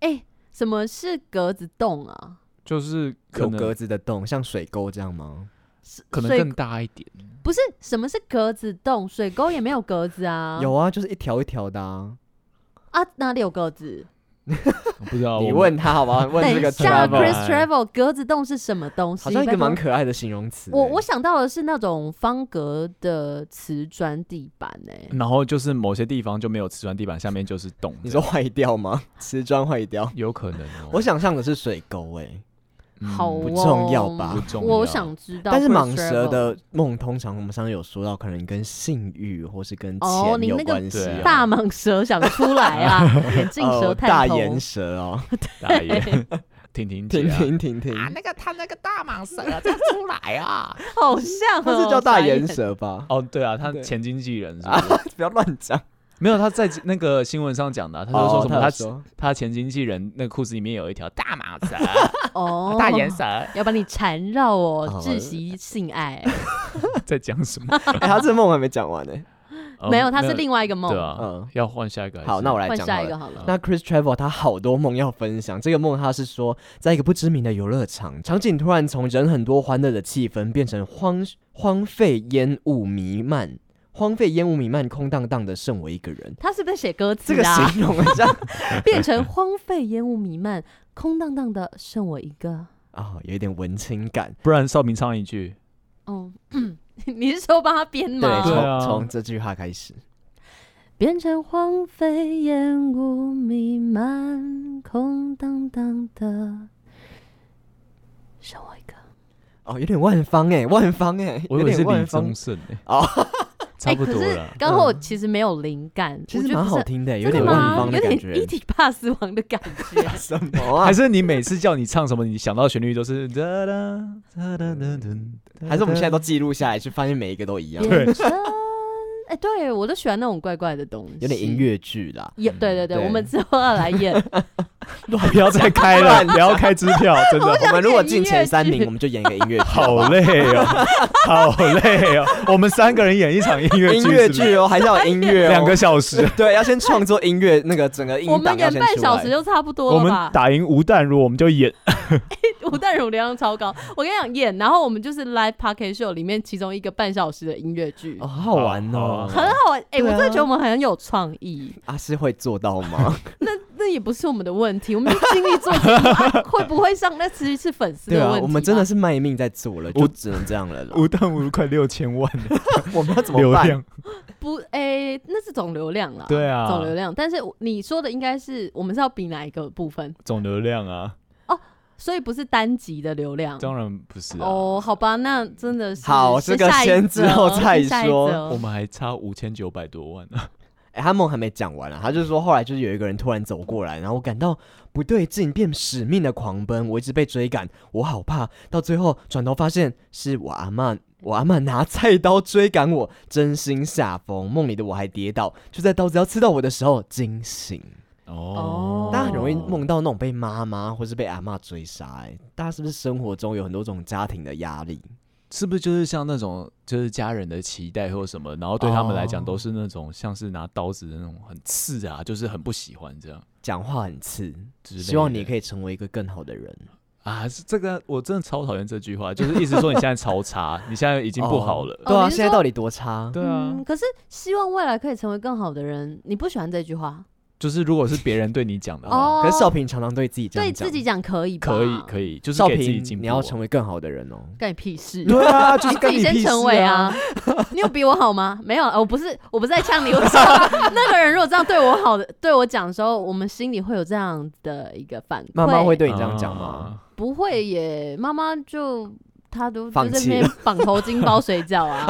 S4: 哎、什么是格子洞啊？
S2: 就是可
S3: 有格
S2: 能
S3: 子的洞，像水沟这样吗？
S2: 可能
S4: 水
S2: 更大一点，
S4: 不是什么是格子洞，水沟也没有格子啊。
S3: 有啊，就是一条一条的啊。
S4: 啊，哪里有格子？
S2: 我不知道。
S3: 你
S2: 哦我
S3: 问他好
S2: [LAUGHS]
S3: 不好？问
S4: 等
S3: 这
S4: 一
S3: 个
S4: 下
S3: travel，
S4: ，Chris Travel，格子洞是什么东西？
S3: 好像一
S4: 拜
S3: 个
S4: 托
S3: 蛮可爱的形容词欸、
S4: 我我想到的是那种方格的瓷砖地板哎诶、
S2: 然后就是某些地方就没有瓷砖地板，下面就是洞。
S3: 你说坏掉吗？ [LAUGHS] 瓷砖坏掉？
S2: 有可能哦？
S3: 我想象的是水沟哎、
S2: 嗯
S4: 好、哦，
S3: 不重要吧
S2: 不重要
S4: 我想知道，
S3: 但是蟒蛇。的梦通常我们上次有说到，可能跟性欲或是跟
S4: 哦
S3: 钱
S4: 你
S3: 有
S4: 那个
S3: 关系、
S2: 对啊
S4: 大蟒蛇想出来
S3: [LAUGHS]
S4: 啊！眼镜蛇
S3: 哦
S4: 探头、
S3: 大眼蛇哦，
S2: 大
S3: [LAUGHS]
S2: 爷，婷婷姐
S3: 停
S2: 啊，
S3: 停停停，
S5: 那个他那个大蟒蛇再出来啊！
S4: 好像、哦、
S3: 那是叫大眼
S4: 傻眼
S3: 蛇吧？
S2: [LAUGHS] 哦，对啊，他
S3: 对
S2: 前经纪人是不
S3: 啊
S2: 是？，
S3: 不要乱讲。
S2: 没有，他在那个新闻上讲的啊、他就说什么、
S3: 哦他有
S2: 他
S3: 说
S2: 他前经纪人那个裤子里面有一条大蟒蛇，
S3: [LAUGHS]
S4: 哦，
S5: 大眼蛇，
S4: 要把你缠绕哦
S3: 哦，
S4: 窒息性爱、
S2: 在讲什
S3: [LAUGHS]
S2: 么？
S3: 哎， [LAUGHS] 他这个梦还没讲完呢。
S2: 哦
S4: 没有，它是另外一个梦。
S2: 对啊，
S3: 嗯
S2: 要换下一个还是。嗯
S3: 好，那我来
S4: 换
S3: 讲
S4: 下
S3: 好
S4: 一个
S3: 了。
S4: 好了。
S3: 那 Chris Travel 他好多梦要分享，这个梦他是说，在一个不知名的游乐场，场景突然从人很多欢乐的气氛变成荒荒废烟雾弥漫，荒废烟雾弥漫，空荡荡的剩我一个人。
S4: 他是不是写歌词
S3: 这个
S4: 啊？
S3: 形容很像
S4: [LAUGHS] 变成荒废，烟雾弥漫，空荡荡的，剩我一个。
S3: [LAUGHS] 啊、有一点文青感。
S2: 不然少平唱一句，
S4: 哦， [COUGHS] 你是说帮他编
S3: 对，
S4: 吗？
S2: 对啊
S3: 从从这句话开始。
S4: 变成荒废，烟雾弥漫，空荡荡的，剩我一个。
S3: 哦，有点万方哎，万方哎，
S2: 我以
S3: 有
S2: 为是
S3: 点
S2: 李
S3: 万方
S2: 宗。盛欸
S3: 哦
S2: [LAUGHS] 差不
S4: 哎
S2: 多
S4: 可是
S2: 了。
S4: 刚刚我其实没有灵感，
S3: 嗯其
S4: 我
S3: 实
S4: 觉得
S3: 蛮
S4: 不是
S3: 好听的，有
S4: 真
S3: 点
S4: 的
S3: 万
S4: 吗？
S3: 方
S4: 有
S3: 感
S4: 点 E 一
S3: 觉。
S4: 体怕
S3: [LAUGHS]
S4: 死亡的感觉。
S3: 什么
S4: [LAUGHS]
S3: 啊
S2: 还？是你每次叫你唱什么，你想到旋律都是哒哒哒哒哒哒，
S3: 还是我们现在都记录下来，就发现每一个都一样，
S4: 变成，哎，对我都喜欢那种怪怪的东西，
S3: 有点音乐剧啦。嗯
S4: 有。对对对，
S3: 对
S4: 我们之后要来演
S2: 不要再开了，不要开支票，真的
S3: 我们如果进前三
S4: 音乐剧
S3: 名，我们就演一个音乐
S4: [LAUGHS]
S3: 剧，
S2: 好累哦，好累哦。我们三个人演一场音乐剧，
S3: 音
S2: 是
S3: 乐
S2: 不是
S3: 剧哦，还是要有音乐哦，
S2: 两个小时，
S3: [LAUGHS] 对，要先创作音乐，那个整 [LAUGHS] 个音
S4: 我
S3: 档
S4: 们
S3: 要
S4: 演
S3: 先
S4: 半
S3: 出
S4: 小时
S3: 来。
S4: 就差不多
S2: 我
S4: 了
S2: 们
S4: 吧？
S2: 打赢吴淡如，我们就演。
S4: [LAUGHS] 吴淡如流量超高，我跟你讲演，然后我们就是 live p o c k e t show 里面其中一个半小时的音乐剧，
S3: 哦，好好玩哦！
S4: 很好玩。哎、
S3: 对
S4: 我
S3: 啊
S4: 真的觉得我们很有创意，
S3: 啊，是会做到
S4: [LAUGHS]
S3: 吗？
S4: 那也不是我们的问题，我们就尽力做节目、啊会不会上，那其实是粉丝
S3: 对
S4: 的
S3: 啊
S4: 问，题。
S3: 我们真的。是卖命在做了，就
S2: 我
S3: 只能这样了啦。
S2: 吴淡如快六千万了
S3: [LAUGHS] 我们要怎
S2: 流
S3: 么办？
S2: 量，
S4: 不，哎、那是总流量啦。
S2: 对啊
S4: 总流量。但是你说的应该是我们是要比哪一个部分，
S2: 总流量啊，
S4: 所以不是单集的流量。
S2: 当然不是啊，
S4: 哦，好吧，那真的是
S3: 好
S4: 是
S3: 这个
S4: 下一
S3: 先
S4: 则
S3: 之后再
S4: 是下一
S3: 说
S4: 则嗯
S2: 我们还差五千九百多万呢。
S3: 哎，他梦还没讲完啊，他就说后来就是有一个人突然走过来，然后我感到不对劲，便使命的狂奔，我一直被追赶，我好怕。到最后转头发现是我阿嬷，我阿嬷拿菜刀追赶我，真心吓疯。梦里的我还跌倒，就在刀子要刺到我的时候惊醒。
S4: 哦
S3: 大家很容易梦到那种被妈妈或是被阿嬷追杀、哎，大家是不是生活中有很多种家庭的压力？
S2: 是不是就是像那种就是家人的期待或什么，然后对他们来讲
S3: 哦
S2: 都是那种像是拿刀子的那种很刺啊，就是很不喜欢这样
S3: 讲话很刺，
S2: 之类的。
S3: 希望你可以成为一个更好的人。
S2: 啊，是这个我真的超讨厌这句话，就是意思说你现在超差， [LAUGHS] 你现在已经不好了。
S3: 哦对啊，
S4: 你是
S3: 现在
S4: 说
S3: 到底多差？
S2: 对啊，
S4: 嗯，可是希望未来可以成为更好的人，你不喜欢这句话
S2: 就是如果是别人对你讲的话，
S4: 哦？
S3: 可是少平常常对自己这样
S4: 对
S3: 讲，
S4: 自己讲可以吧？
S2: 可以可以，就是
S3: 少
S2: 给自己
S3: 平
S2: 进步啊。
S3: 你要成为更好的人哦。
S4: 干你屁事！
S2: [LAUGHS] 对啊，就
S4: 你
S2: 是
S4: 自
S2: 跟
S4: 己
S2: 你
S4: 先
S2: 屁事
S4: 成为
S2: 啊。
S4: 啊！你有比我好吗？没
S3: [LAUGHS]
S4: 有，呃我不是，我不是在呛你。我知道那个人如果这样对我好的，对我讲的时候，我们心里会有这样的一个反馈。
S3: 妈妈会对你这样讲吗？
S2: 啊？
S4: 不会耶？妈妈就她都就
S3: 放
S4: 在那
S3: 弃
S4: 边 [LAUGHS] 绑头巾包水饺
S3: [LAUGHS]
S4: 啊，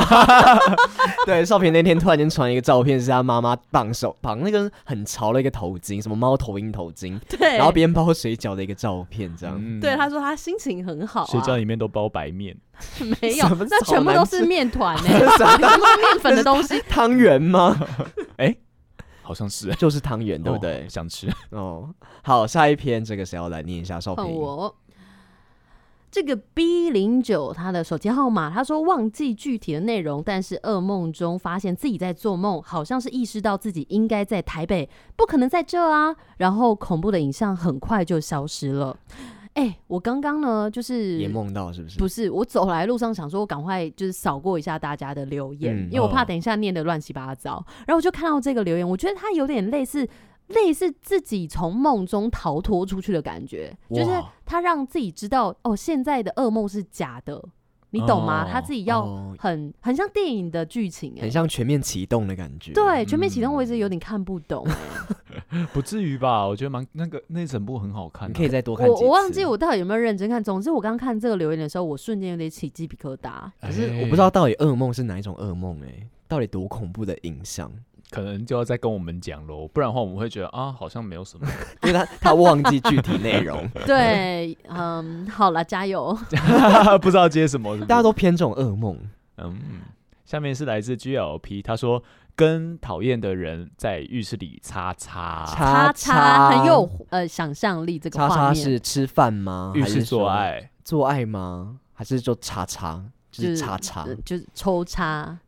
S3: 对，少平那天突然间传一个照片，是他妈妈绑手绑那个很潮的一个头巾，什么猫头鹰头巾，
S4: 对，
S3: 然后边包水饺的一个照片，这样。
S4: [LAUGHS]
S2: 嗯
S4: 对她说她心情很好、啊，
S2: 谁叫里面都包白面？
S4: [LAUGHS] 没有
S3: 什么，
S4: 那
S3: 草
S4: 全部
S3: 难
S4: 都
S3: 吃
S4: 是面团呢、
S3: [LAUGHS]
S4: [LAUGHS]
S3: 啥
S4: 全部是面粉的东西，
S3: 汤圆吗？
S2: 好像是，
S3: 就是汤圆，对不
S2: 哦？
S3: 对
S2: 想吃。 [LAUGHS]
S3: 哦，好，下一篇这个谁要来念一下？少平
S4: 换，我。这个 B 零九他的手机号码，他说忘记具体的内容，但是噩梦中发现自己在做梦，好像是意识到自己应该在台北，不可能在这啊。然后恐怖的影像很快就消失了。哎、我刚刚呢，就是
S3: 也梦到是不是？
S4: 不是，我走来路上想说，我赶快就是扫过一下大家的留言，
S3: 嗯
S4: 因为我怕
S2: 哦
S4: 等一下念的乱七八糟。然后我就看到这个留言，我觉得它有点类似类似自己从梦中逃脱出去的感觉，就是
S2: 哇
S4: 他让自己知道哦，现在的噩梦是假的，你懂吗？
S2: 哦
S4: 他自己要
S3: 哦
S4: 很、很像电影的剧情、哎，
S3: 很像全面启动的感觉。
S4: 对《全面启动》，
S2: 嗯
S4: 我一直有点看不
S3: [LAUGHS]
S4: 懂、哎
S2: 不至于吧？我觉得蛮那个那整部很好看、啊
S3: 你可以再多看
S4: 我
S3: 几次。
S4: 我忘记我到底有没有认真看。总之，我刚看这个留言的时候，我瞬间有点起鸡皮疙
S3: [LAUGHS]
S4: 瘩。
S2: 哎，
S3: 可是我不知道到底噩梦是哪一种噩梦哎、到底多恐怖的影像？ [LAUGHS]
S2: 可能就要再跟我们讲喽，不然的话我们会觉得啊，好像没有什么。
S3: 因为他他忘记具体内容，
S4: 对，嗯，好了，加油。
S2: [LAUGHS] 不知道接什么是不是
S3: 大家都偏这种噩梦。
S2: 嗯。下面是来自 GLP，他说跟讨厌的人在浴室里擦擦，
S4: 叉叉
S3: 叉
S4: 很有呃想象力，这个
S3: 叉
S4: 画
S3: 叉
S4: 面
S3: 是吃饭吗？
S2: 浴
S3: 还
S2: 室
S3: 是
S2: 做
S3: 说
S2: 爱，
S3: 做爱吗？还是就叉叉？就
S4: 就是
S3: 是叉叉
S4: 呃。就是抽叉，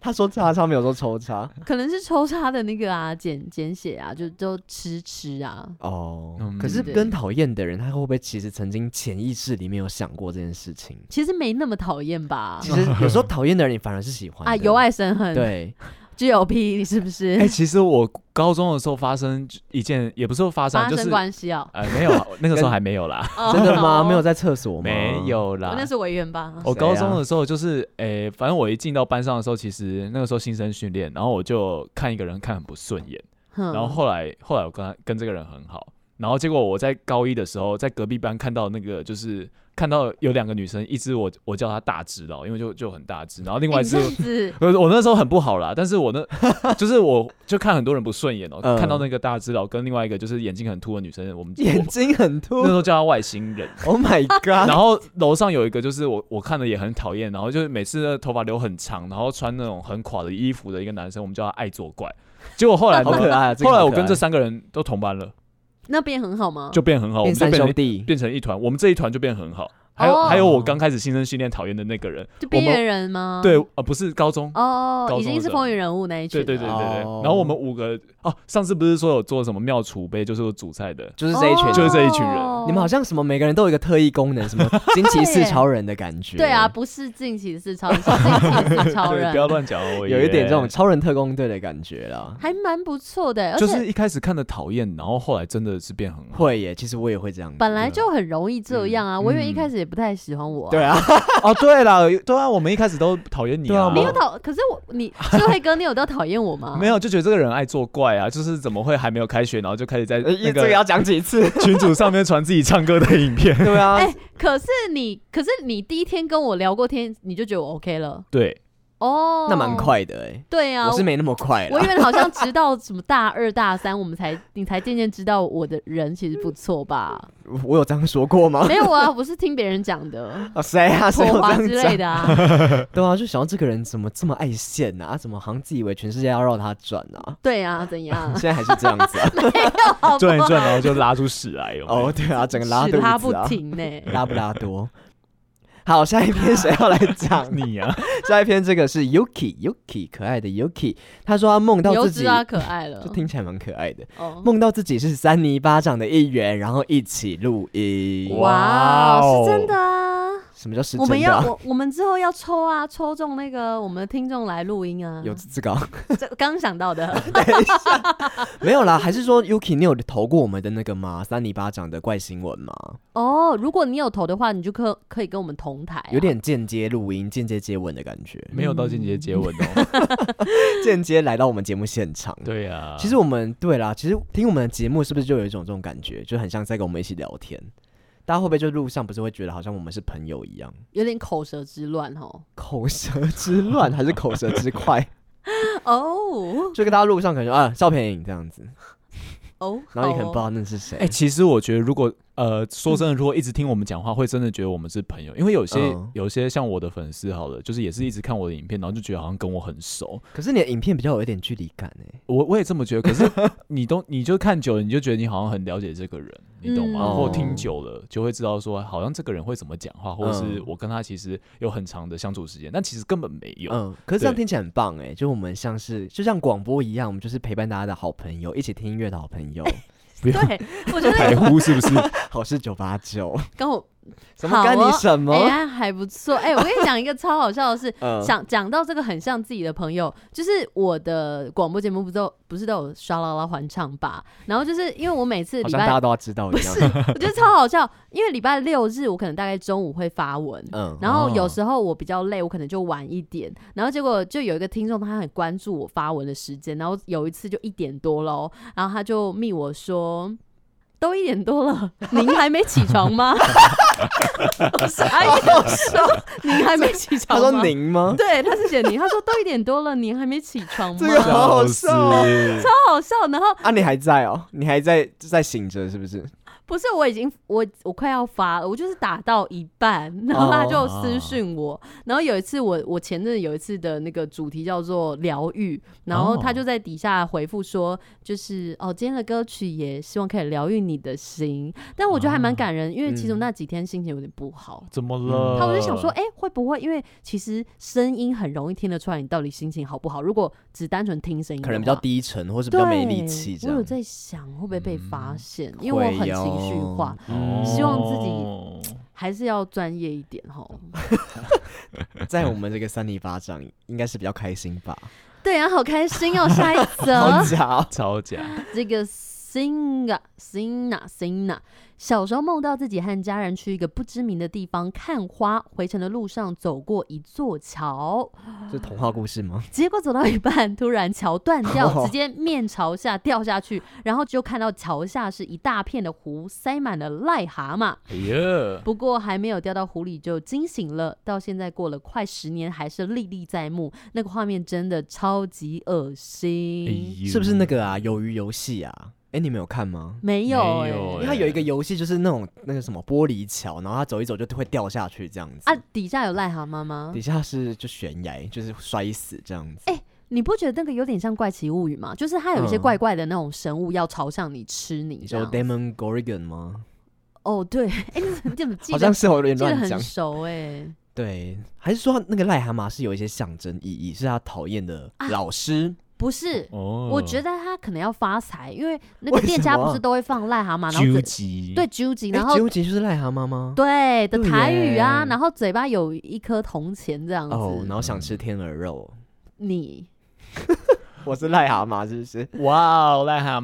S3: 他说叉叉没有说抽叉
S2: 嗯
S4: 可能是抽叉的那个啊，简简写啊，就都吃吃啊。
S3: 哦
S2: 嗯。
S3: 可是
S4: 对
S3: 跟讨厌的人，他会不会其实曾经潜意识里面有想过这件事情？
S4: 其实没那么讨厌吧？
S2: 嗯
S3: 其实有时候讨厌的人，你反而是喜欢
S4: 啊，
S3: 的
S4: 由爱生恨，
S3: 对，
S4: ，GOP，你是不
S2: 哎、
S4: 是
S2: 其实我高中的时候发生一件，也不是说发生，
S4: 发
S2: 就
S4: 生
S2: 是
S4: 关系哦？
S2: 呃没有啊，那个时候
S3: 跟
S2: 还没有啦，
S4: 哦
S3: 真的吗？没有，在厕所吗？
S2: 没。有啦
S4: 我，那是委员吧？
S2: 我
S3: 谁
S2: 高
S3: 啊
S2: 中的时候就是，诶、反正我一进到班上的时候，其实那个时候新生训练，然后我就看一个人看很不顺眼，
S3: 嗯
S4: 然
S2: 然后后来后来我跟他跟这个人很好，然后结果我在高一的时候，在隔壁班看到那个就是看到有两个女生，一只我我叫她大只佬，因为就就很大只，然后另
S3: 嗯
S2: 外一只
S4: 这。样子
S2: 我我那时候很不好啦，但是我那 [LAUGHS] 就是我就看很多人不顺眼哦、
S3: 嗯
S2: 看到那个大只佬跟另外一个就是眼睛很凸的女生，我们
S3: 眼睛很
S2: 我
S3: 凸
S2: 那时候叫她外星人，
S3: ，Oh my god！
S2: 然后楼上有一个，就是我我看的也很讨厌，然后就是每次的头发留很长，然后穿那种很垮的衣服的一个男生，我们叫他爱作怪。结果后来
S3: 好可
S2: 呢，
S3: 爱啊！这个
S2: 后来
S3: 好
S2: 我
S3: 可
S2: 跟这
S3: 爱
S2: 三个人都同班了，
S4: 那边很好吗？
S2: 就变很好，我
S3: 变
S2: 们就
S3: 三
S2: 变
S3: 兄
S2: 成
S3: 弟，哦
S2: 变成一团，我们这一团就变很好。还有、还有，我刚开始新生训练讨厌的那个人，
S4: 就
S2: 我
S4: 边
S2: 们
S4: 缘人
S3: 嗯
S4: 吗？
S2: 对，呃，不是高中，
S4: 哦，
S2: 高
S4: 已
S2: 中
S4: 经
S2: 的
S4: 是
S2: 时候
S4: 风云人物那一群
S2: 对
S4: 了。
S2: 对对对对。
S3: 哦
S2: 然后我们五个哦，上次不是说有做什么妙储备，就是有煮菜的，
S3: 就是这一群人，
S2: 就是这一群人
S4: 哦
S3: 你们好像什么每个人都有一个特异功能，什么
S4: [LAUGHS]
S3: 惊奇四超人的感觉。
S4: 对啊，，不是近期是超人，是近期是超
S2: [LAUGHS] 对，
S4: 人
S2: 不，要乱讲哦，
S3: 有一点这种
S2: 耶，
S3: 超人特工队的感觉啦。
S4: 还蛮不错的，欸而
S2: 就
S4: 且
S2: 是一开始看的讨厌，然后后来真的是变很好。
S3: 会耶，其实我也会这样子。
S4: 本来就很容易这样啊。我以为一
S2: 嗯
S4: 开始也不太喜欢我啊。
S3: 对啊，
S2: [LAUGHS] 哦，对了，对啊，我们一开始都讨厌你
S3: 对啊
S2: 啊，
S3: 我
S4: 你有讨，可是我你智慧哥，你有到讨厌我
S3: [LAUGHS]
S4: 吗？
S2: 没有，就觉得这个人爱作怪啊，就是怎么会还没有开学，然后就 [LAUGHS] 开始在那
S3: 这个要
S2: 个
S3: 讲
S2: [LAUGHS]
S3: 几次？
S2: 群组上面传自己唱歌的影 [LAUGHS] 片。
S3: 对啊，
S4: 哎可是你，可是你第一天跟我聊过天，你就觉得我 OK 了
S2: 对，
S4: 哦，
S3: 那蛮。快的哎，
S4: 对啊，
S3: 我是没那么快
S4: 我以
S3: 啦。
S4: 为好像直到什么大二大三，我们才你才渐渐知道我的人其实不错吧？
S3: 我我有这样说过吗？，
S4: 没有啊，我是听别人讲的
S3: 啊，谁哦 [LAUGHS] 啊？谁有
S4: [LAUGHS] 火
S3: 这
S4: 花
S3: 样
S4: 之类
S3: 讲？
S4: 的啊。
S3: 对啊，就想到这个人怎么这么爱现呐？啊怎么好像自以为全世界要绕他转啊？
S4: 对啊，怎样？
S3: [LAUGHS] 现在还是这样子
S2: [LAUGHS]
S3: 啊？
S4: 好不
S2: 转一
S4: 好
S2: 转，然后就拉出屎来有没有
S3: 哦，对啊，哦整个拉
S4: 屎
S3: 肚子
S4: 拉
S3: 啊，
S4: 不停呢。
S3: 拉不拉多？ [LAUGHS] 好，下一篇谁要来讲？
S2: [LAUGHS] 你啊，
S3: 下一篇这个是 Yuki Yuki 可爱的 Yuki，他说他梦到
S4: 油
S3: 自
S4: 脂
S3: 己，
S4: 啊，可爱了
S3: 就。听起来蛮可爱的，
S4: 哦，
S3: 梦到自己是三尼巴掌的一员，然后一起录音。
S4: 哇，
S2: 哇哦
S4: 是真的啊！
S3: 什么叫是
S4: 我
S3: 真
S4: 们
S3: 的
S4: 要
S3: 啊、
S4: 我我们之后要抽啊，抽中那个我们的听众来录音啊。
S3: 有这个啊
S4: 这刚想到的，
S3: [LAUGHS]
S4: [LAUGHS]
S3: 没有啦？还是说 Yuki 你有投过我们的那个吗？三尼巴掌的怪新闻吗？
S4: 哦，如果你有投的话，你就可可以跟我们同台、啊。
S3: 有点间接录音、间接接吻的感觉，
S2: 没有到间接接吻哦。 [LAUGHS]
S3: 间接来到我们节目现场。
S2: 对啊，
S3: 其实我们对啦，其实听我们的节目是不是就有一种这种感觉，就很像在跟我们一起聊天？大家会不会就路上不是会觉得好像我们是朋友一样？
S4: 有点口舌之乱哦。
S3: 口舌之乱还是口舌之快？ [LAUGHS]
S4: 哦
S3: 就跟大家路上可能就啊赵片影这样子，
S4: 哦，
S3: 然 [LAUGHS] 后你可能不知
S4: 好哦
S3: 道那是谁。
S2: 哎、其实我觉得，如果呃，说真的，如果一直听我们讲话，会真的觉得我们是朋友，因为有些、
S3: 嗯
S2: 有些像我的粉丝，好了，就是也是一直看我的影片，然后就觉得好像跟我很熟，
S3: 可是你的影片比较有一点距离感哎、
S2: 我我也这么觉得。可
S3: [LAUGHS]
S2: 是你都你就看久了，你就觉得你好像很了解这个人，你懂吗？
S4: 嗯
S3: 哦
S2: 或听久了就会知道说，好像这个人会怎么讲话，或者是
S3: 嗯
S2: 我跟他其实有很长的相处时间，但其实根本没有。
S3: 嗯，可是这样
S2: 对
S3: 听起来很棒哎、就我们像是就像广播一样，我们就是陪伴大家的好朋友，一起听音乐的好朋 [LAUGHS] 友。
S2: 不要
S4: 对，我觉
S2: 台
S4: 得
S2: 呼是不 [LAUGHS] 是？
S3: 好啊事九八九，
S4: 跟我
S3: 什么干
S4: 好
S3: 你
S4: 哦
S3: 什么？
S4: 哎、呀还不错。哎、我跟你讲一个超好笑的事，
S3: [LAUGHS] 嗯
S4: 想讲到这个很像自己的朋友，就是我的广播节目不都不是都有刷啦啦还唱吧？然后就是因为我每次
S3: 好
S4: 礼
S3: 像大家
S4: 拜
S3: 都要知道一样。
S4: 我觉得超好笑，因为礼拜六日我可能大概中午会发文，
S3: 嗯，
S4: 然后有
S2: 哦
S4: 时候我比较累，我可能就晚一点。然后结果就有一个听众，他很关注我发文的时间。然后有一次就一点多喽，然后他就密我说：“都一点多了，您还没起床吗？” [LAUGHS] 我傻眼，我说：“您还没起
S3: 他
S4: 床吗？”
S3: 说您吗？
S4: 对，他是写您，他说都一点多了，您还没起床吗？
S3: 这个好好
S2: 死
S3: 笑哦
S4: 超好笑。然后
S3: 啊，你还在哦，你还在在醒着是不是？
S4: 不是，我已经我我快要发了，我就是打到一半， [LAUGHS] 然后他
S3: 哦
S4: 就私讯我。
S3: 啊
S4: 然后有一次我我前阵有一次的那个主题叫做疗愈，然后他就在底下回复说，就是哦今天的歌曲也希望可以疗愈你的心，但我觉得还蛮感人，因为其实我那几天心情有点不好。
S2: 怎么
S3: 啊嗯
S2: 了？
S4: 他我就想说，哎、会不会因为其实声音很容易听得出来你到底心情好不好？如果只单纯听声音的话，
S3: 可能比较低沉，或是比
S4: 对，
S3: 较没力气这
S4: 我有
S3: 样。嗯
S4: 在想会不会被发现，因为我很情绪化，
S3: 会哦，
S4: 希望自己
S2: 哦
S4: 还是要专业一点吼。
S3: 在我们这个三里巴掌应该是比较开心
S4: [LAUGHS]
S3: 吧？
S4: [LAUGHS] 对啊，好开心哦！下一 [LAUGHS]
S3: 好
S4: 则，
S3: 假哦，
S2: 超假。
S4: 这个 Sing 啊 Sing 啊 Sing 啊，小时候梦到自己和家人去一个不知名的地方看花，回程的路上走过一座桥，
S3: 这是童话故事 [LAUGHS] 吗？
S4: 结果走到一半，突然桥断掉， [LAUGHS]
S3: 哦
S4: 直接面朝下掉下去，然后就看到桥下是一大片的湖，塞满了癞蛤蟆。
S2: 哎
S4: [LAUGHS]
S2: 呀，
S4: 不过还没有掉到湖里就惊醒了，到现在过了快十年，还是历历在目。那个画面真的超级恶心，
S2: 哎呦
S3: 是不是那个啊？鱿鱼游戏啊？哎，你们有看吗？
S4: 没有
S2: 没有
S4: 欸
S3: 因为它哦有一个游戏，就是那种那个什么玻璃桥，然后它走一走就会掉下
S4: 啊
S3: 去这样子。
S4: 啊，底下有癞蛤蟆吗
S3: 底？下是就悬崖，就是摔死这样子。
S4: 哎你不觉得那个有点像《怪奇物语》吗？就是它有一些
S3: 嗯
S4: 怪怪的那种生物要朝向你吃你
S3: 你
S4: 这
S3: 说
S4: 样。
S3: Damon Gorgon 吗？
S4: 哦，对， [LAUGHS] 哎、你怎么记
S3: 好
S4: 得
S3: 像？是我有点
S4: 记得
S3: 乱讲
S4: 很。熟哎、
S3: 对，还是说那个癞蛤蟆是有一些象征意义，是他讨厌的
S4: 啊
S3: 老师、
S4: 不是。
S2: 哦
S4: 我觉得他可能要发财，因为那个
S3: 嗯为
S4: 店
S3: 什
S4: 家
S3: 么啊
S4: 不是都会放癞蛤蟆，啊然后
S2: 纠
S4: 嘴
S2: 集
S4: 对纠结，
S3: 哎
S4: 然后
S3: 究极就是癞蛤蟆吗？
S4: 对的
S3: 对
S4: 台语啊，
S3: 耶
S4: 然后嘴巴有一颗铜钱这样子。
S3: 哦，然后想吃天鹅肉，
S4: 你
S3: 我是癞蛤蟆是不是？
S2: 哇哦，癞蛤
S3: 我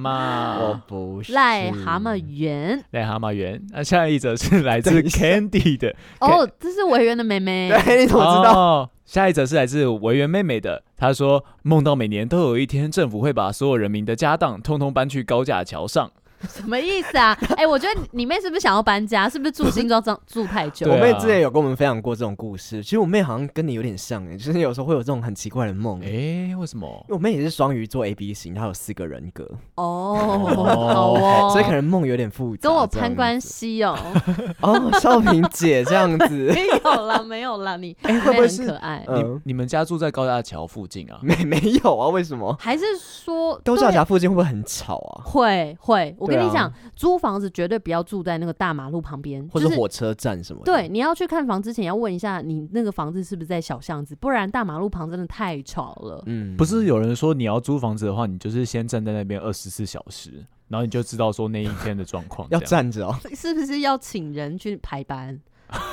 S2: 蟆，
S3: 不是
S4: 啊癞蛤蟆圆
S2: 癞蛤蟆圆。那下一则是来自 Candy 的，
S4: 哦，这是委员的妹妹。
S3: [LAUGHS] 对，你怎么知道？
S2: 道？哦下一则是来自维园妹妹的，她说梦到每年都有一天，政府会把所有人民的家当通通搬去高架桥上。
S4: 什么意思啊？哎、我觉得你妹是不是想要搬家？是不是住新庄住住太久？
S2: 对
S3: 我
S2: 啊
S3: 妹之前有跟我们分享过这种故事，其实我妹好像跟你有点像哎，就是有时候会有这种很奇怪的梦。因
S2: 诶，为什么？
S3: 为我妹也是双鱼座 A B 型，她有四个人格，
S4: 哦，
S2: 哦
S4: 好哦，
S3: [LAUGHS] 所以可能梦有点复杂。
S4: 跟我
S3: 这样
S4: 攀关
S3: 子
S4: 系哦。
S3: 哦，少平姐这样
S4: [LAUGHS]
S3: 子，
S4: 没有啦，没有啦，你
S3: 哎，
S4: 妹
S3: 会不会
S4: 很
S3: 是
S4: 可爱？
S2: 你
S3: 嗯，
S2: 你们家住在高架桥附近啊？
S3: 没没有啊？为什么？
S4: 还是说
S3: 高
S4: 对
S3: 架桥附近会不会很吵啊？
S4: 会会，我跟
S3: 对
S4: 你
S3: 啊
S4: 讲，租房子绝对不要住在那个大马路旁边，
S3: 或
S4: 就
S3: 者
S4: 是
S3: 火车站什么的？
S4: 对，你要去看房之前要问一下你那个房子是不是在小巷子，不然大马路旁真的太吵了。
S3: 嗯，
S2: 不是有人说你要租房子的话，你就是先站在那边二十四小时，然后你就知道说那一天的状况。
S3: 要
S2: 这样
S3: 站着哦。
S4: 是不是要请人去排班？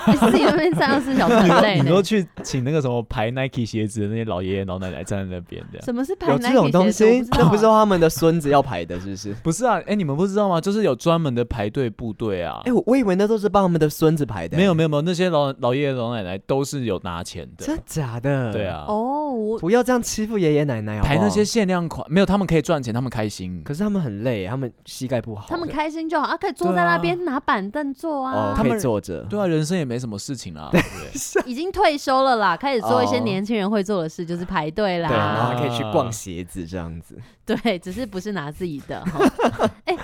S4: 你自己那边站二
S3: [LAUGHS]
S4: 十四小时 [LAUGHS] 很累
S2: 你
S4: 呢
S2: 都去请那个什么排 Nike 鞋子的那些老爷爷老奶奶站在那边的。
S4: 什么是排
S3: 有
S4: Nike
S3: 这种东
S4: 鞋
S3: 西
S4: 子？
S3: 那
S4: 我
S3: 不
S4: 不
S3: 是
S4: [LAUGHS] 知道
S3: 说他们的孙子要排的，是不是？
S2: 不是啊，哎、你们不知道吗？就是有专门的排队部队啊。
S3: [LAUGHS] 哎，我我以为那都是帮他们的孙子排的。
S2: 没有
S3: 有，
S2: 没有没有，那些老老爷爷老奶奶都是有拿钱的。
S3: 真假的？
S2: 对，啊，
S4: 哦，我
S3: 不要这样欺负爷爷奶奶好不好
S2: 排那些，限量款，没有他们可以赚钱，他们开心。
S3: 可是他们很累，他们膝盖不好，
S4: 他们开心就好啊，可以坐
S2: 对
S4: 在那
S2: 啊
S4: 边拿板凳坐
S3: 哦
S4: 啊，
S2: 他
S3: 可
S2: 们
S3: 以坐着。
S2: 对啊，人生也没什么事情啦。对不对
S4: 已经退休了啦，开始做一些
S3: 哦
S4: 年轻人会做的事，就是排队啦。
S3: 对，啊然后还可以去逛鞋子这样子。
S4: 对，只是不是拿自己的哈。哎、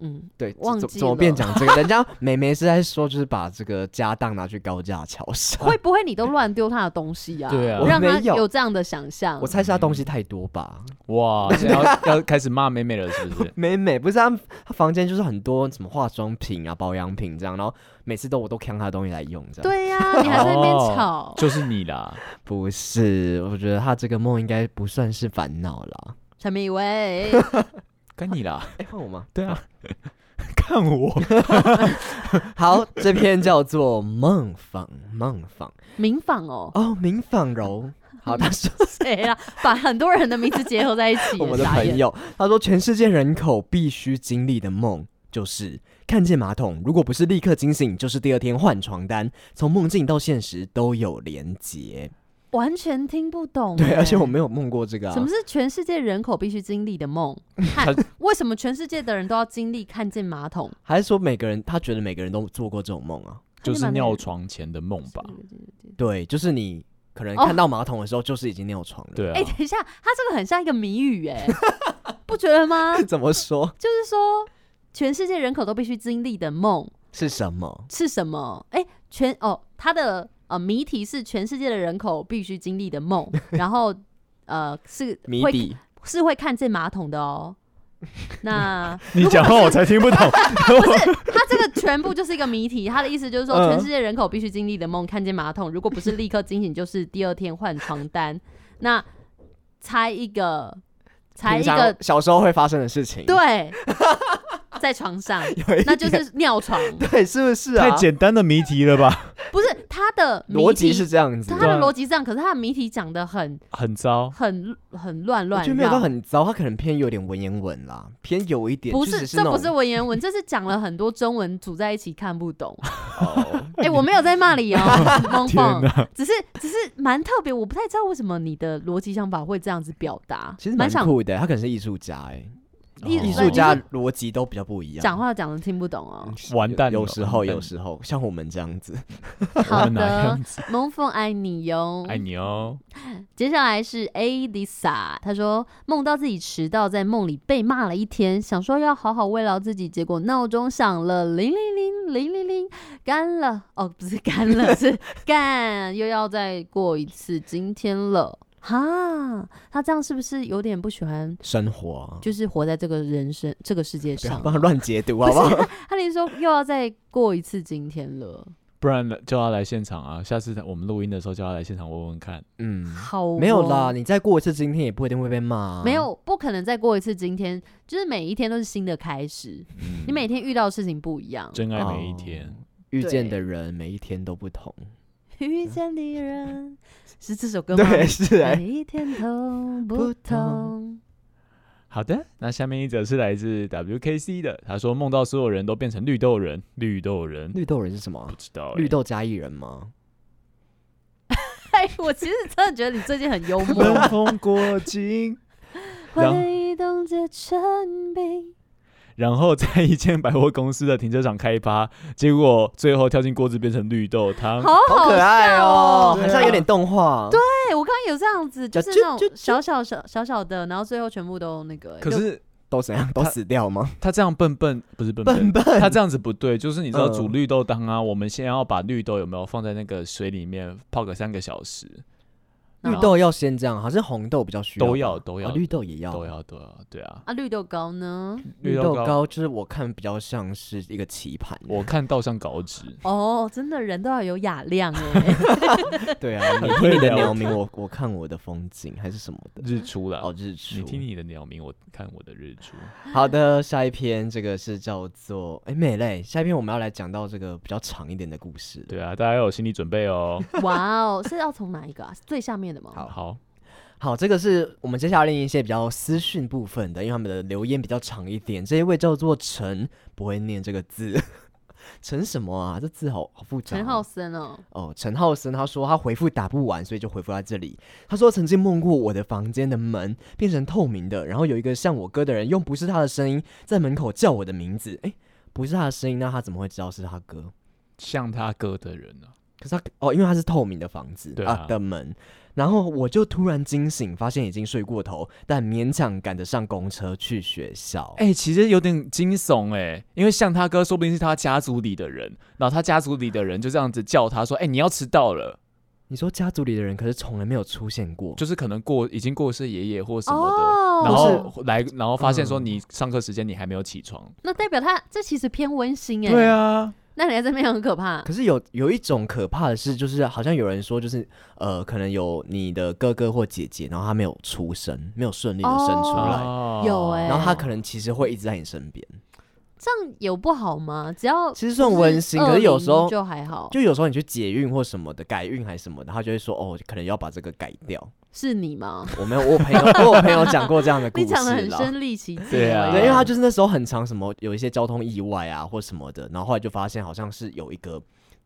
S4: 嗯，
S3: [LAUGHS] 对，
S4: 忘
S3: 怎
S4: 记
S3: 怎么变
S4: 了
S3: 讲这个？ [LAUGHS] 人家美眉是在说，就是把这个家当拿去高架桥上。
S4: 会不会你都乱丢他的东西啊？
S2: 对啊
S4: 我让他
S3: 我没有
S4: 有这样的想象
S3: 我。猜是她东西太多吧。
S2: [LAUGHS] 哇， [LAUGHS] 现在要要开始骂妹妹了，是 [LAUGHS] 不是？
S3: 美美不是她，她房间就是很多什么化妆品啊、保养品这样，然后每次都我都看她的东西来用这样。，
S4: 对呀、
S3: [LAUGHS]
S4: 你还在那边
S2: 哦
S4: 吵。
S2: 就是你啦，
S3: 不是，我觉得她这个梦应该不算是烦恼啦。
S4: 陈明伟，
S2: 该你 [LAUGHS] 啦。
S3: 哎，换我吗？
S2: 对啊，看我。
S3: 好，这篇叫做《梦访》，梦访
S4: 民访
S3: [LAUGHS]
S4: 哦，
S3: 哦，明访柔。好，他说，
S4: 谁啦？把很多人的名字结合在一起
S3: 哦 [LAUGHS] 我们的
S4: 傻眼
S3: 朋友，他说全世界人口必须经历的梦就是看见马桶，如果不是立刻惊醒，就是第二天换床单，从梦境到现实都有连结。
S4: 完全听不懂。
S3: 对，
S4: 哎
S3: 而且我没有梦过这个、啊。
S4: 什么是全世界人口必须经历的
S3: [LAUGHS]
S4: 梦？看为什么全世界的人都要经历看见马桶？
S3: 还是说每个人他觉得每个人都做过这种梦啊？
S2: [LAUGHS] 就是尿床前的梦
S4: [LAUGHS]
S2: 吧？
S3: 对，就是你可能
S4: 哦
S3: 看到马桶的时候，就是已经尿床了。、
S2: 对
S4: 哎、
S2: 啊，
S4: 等一下，它这个很像一个谜语、哎，不觉得吗？
S3: [LAUGHS] 怎么说
S4: 就是说，全世界人口都必须经历的梦
S3: 是什么？
S4: 是什么？哎、全哦，它的呃谜题是全世界的人口必须经历的梦，
S3: [LAUGHS]
S4: 然后呃是
S3: 谜
S4: 会
S3: 底？
S4: 是会看见马桶的哦。
S3: [LAUGHS]
S4: 那
S2: [LAUGHS] 你讲话我才
S4: [LAUGHS]
S2: 听不懂。
S4: 它这个全部就是一个谜题，它的意思就是说，
S3: 嗯
S4: 全世界人口必须经历的梦，看见马桶，如果不是立刻惊醒，就是第二天换床单。那猜一个，猜
S3: 平
S4: 一
S3: 常
S4: 个，
S3: 小时候会发生的事情。，
S4: 对，在床上，
S3: 有一
S4: 那就
S3: 点
S4: 是尿床。
S3: [LAUGHS] 对，是不是啊？
S2: 太简单的谜题了吧？ [LAUGHS]
S4: 不是他的谜
S3: 逻
S4: 题
S3: 辑是这样子
S4: 他
S2: 对啊
S4: 的逻辑是这样，可是他的谜题讲的很
S2: 很糟。
S4: 很很乱
S3: 我
S4: 乱
S3: 觉得没有到
S4: 绕。
S3: 很糟，他可能偏有点文言文啦，偏有一点，
S4: 不，
S3: 就是只是
S4: 这
S3: 那
S4: 不
S3: 种
S4: 是文言文，这是讲了很多中文组在一起看不
S3: [LAUGHS]
S4: 懂。 [LAUGHS]
S3: 哦
S4: 哎、我没有在骂
S3: [LAUGHS]
S4: 你哦，萌
S2: 天
S4: 萌，
S2: 哪，
S4: 只是只是蛮特别，我不太知道为什么你的逻辑想法会这样子表达，
S3: 其实蛮
S4: 蛮想
S3: 酷的，他可能是艺术家哎，
S4: 艺
S2: 哦
S4: 对
S3: 艺术
S4: 你
S3: 家
S4: 说
S3: 逻辑都比较不一样，
S4: 讲话讲的听不懂哦
S3: 嗯。
S2: 完蛋了，
S3: 有时候
S2: 完蛋
S3: 有时候像我们这样子，
S4: 好
S2: 哇哪
S4: 的嗯
S2: 样，子？
S4: 萌凤爱你哟，
S2: 爱你哦。
S4: 接下来是 A Lisa，她说梦到自己迟到，在梦里被骂了一天，想说要好好慰劳自己，结果闹钟响了，铃铃铃铃铃铃，干
S3: [LAUGHS]
S4: 了哦，不是干了，是干，又要再过一次今天了。哈，他这样是不是有点不喜欢？
S3: 生活，啊
S4: 就是活在这个人生、这个世界
S3: 不要
S4: 上
S3: 帮，他乱
S4: [LAUGHS]
S3: 解读好不好？
S4: 他连说又要再过一次今天了，
S2: 不然呢叫他来现场啊！下次我们录音的时候叫他来现场问问看。
S3: 嗯，
S4: 好哦、
S3: 没有啦，你再过一次今天也不一定会被骂啊。
S4: 没有，不可能再过一次今天，就是每一天都是新的开始。 [LAUGHS] 你每天遇到的事情不一样，
S2: 真爱
S3: 哦
S2: 每一天，
S3: 遇见的
S1: 对
S3: 人每一天都不同，
S4: 遇见的人是这首歌吗？
S3: 对，是哎，
S4: 每一天都不同
S3: 不同。
S2: 好的，那下面一则是来自 WKC 的，他说梦到所有人都变成绿豆人，绿豆人
S3: 绿豆人是什么
S2: 不？知道欸、
S3: 绿豆加一人吗？
S4: 哎，我其实真的觉得你最近很幽默。
S2: 奔风过境。 [LAUGHS] 然后
S4: 挥动着成冰，
S2: 然后在一间百货公司的停车场开趴，结果最后跳进锅子变成绿豆汤。
S4: 好
S3: 好可爱
S4: 笑
S3: 哦，
S4: 对
S3: 好像有点动画。对，啊
S4: 哎，我刚刚有这样子，就是
S3: 啾
S4: 那
S3: 啾
S4: 种小小小小小的，然后最后全部都那个。哎
S2: 可
S4: 就是
S3: 都怎样？都死掉吗？
S2: 他这样笨笨不是笨笨，
S3: 笨笨，
S2: 他这样子不对。就是你知道
S3: 嗯
S2: 煮绿豆汤啊，我们先要把绿豆有没有放在那个水里面泡个三个小时，
S4: 然
S3: 绿
S4: 后
S3: 豆要先这样，好像红豆比较需要吧，
S2: 都要都
S3: 哦
S2: 要
S3: 绿豆也要，
S2: 都要都要对啊。
S4: 啊，绿豆糕呢？
S2: 绿
S3: 绿
S2: 豆
S3: 豆
S2: 糕
S3: 糕就是我看比较像是一个棋盘，
S2: 我看到像稿纸，
S4: 哦，真的人都要有雅量哎。
S3: [LAUGHS] 对啊，你听你的鸟鸣，我我看我的风景还是什么的。
S2: 日出啦。
S3: 哦，日出。
S2: 你听你的鸟鸣，我看我的日 [LAUGHS] 出。
S3: 好的，下一篇这个是叫做哎美嘞，下一篇我们要来讲到这个比较长一点的故事。
S2: 对啊，大家要有心理准备哦。
S3: [LAUGHS]
S4: 哇哦，是要从哪一个啊？是最下面的吗？
S2: 好，好，
S3: 好，这个是我们接下来另一些比较私讯部分的，因为他们的留言比较长一点。这一位叫做陈，不会念这个字，陈什么啊？这字好好复杂哦、
S4: 陈浩森哦，
S3: 哦，陈浩森他说他回复打不完，所以就回复到这里。他说曾经梦过我的房间的门变成透明的，然后有一个像我哥的人用不是他的声音在门口叫我的名字。诶，不是他的声音，那他怎么会知道是他哥？
S2: 像他哥的人呢、
S3: 可是他哦，因为他是透明的房子
S2: 对啊
S3: 的门，然后我就突然惊醒，发现已经睡过头，但勉强赶得上公车去学校。
S2: 哎、其实有点惊悚哎、因为像他哥说不定是他家族里的人，然后他家族里的人就这样子叫他说：“哎、你要迟到了。
S3: 你说家族里的人可是从来没有出现”过，
S2: 就是可能过已经过世爷爷或什么的，
S4: 哦
S2: 然
S3: 或
S2: 后来然后发现说
S3: 嗯
S2: 你上课时间你还没有起床。
S4: 那代表他这其实偏温馨哎。
S2: 对，啊，
S4: 那你在这边很可怕
S3: 可是有有一种可怕的是，就是好像有人说，就是呃，可能有你的哥哥或姐姐，然后他没有出生，没有顺利的生出来，
S2: 哦
S4: 有哎
S3: 然后他可能其实会一直在你身边。
S4: 这样有不好吗？只要
S3: 其实算温馨，可是有时
S4: 恶
S2: 哦
S3: 候
S4: 灵就还好，
S3: 就有时候你去解运或什么的，改运还是什么的，他就会说哦，可能要把这个改掉。
S4: 是你吗？
S3: 我没有，我朋友 [LAUGHS] 我有朋友讲过这样的故
S4: 你
S3: 事
S4: 讲的很
S3: 啦。
S4: 身临其境，
S2: 对啊
S3: 对，因为他就是那时候很常什么有一些交通意外啊或什么的，然后后来就发现好像是有一个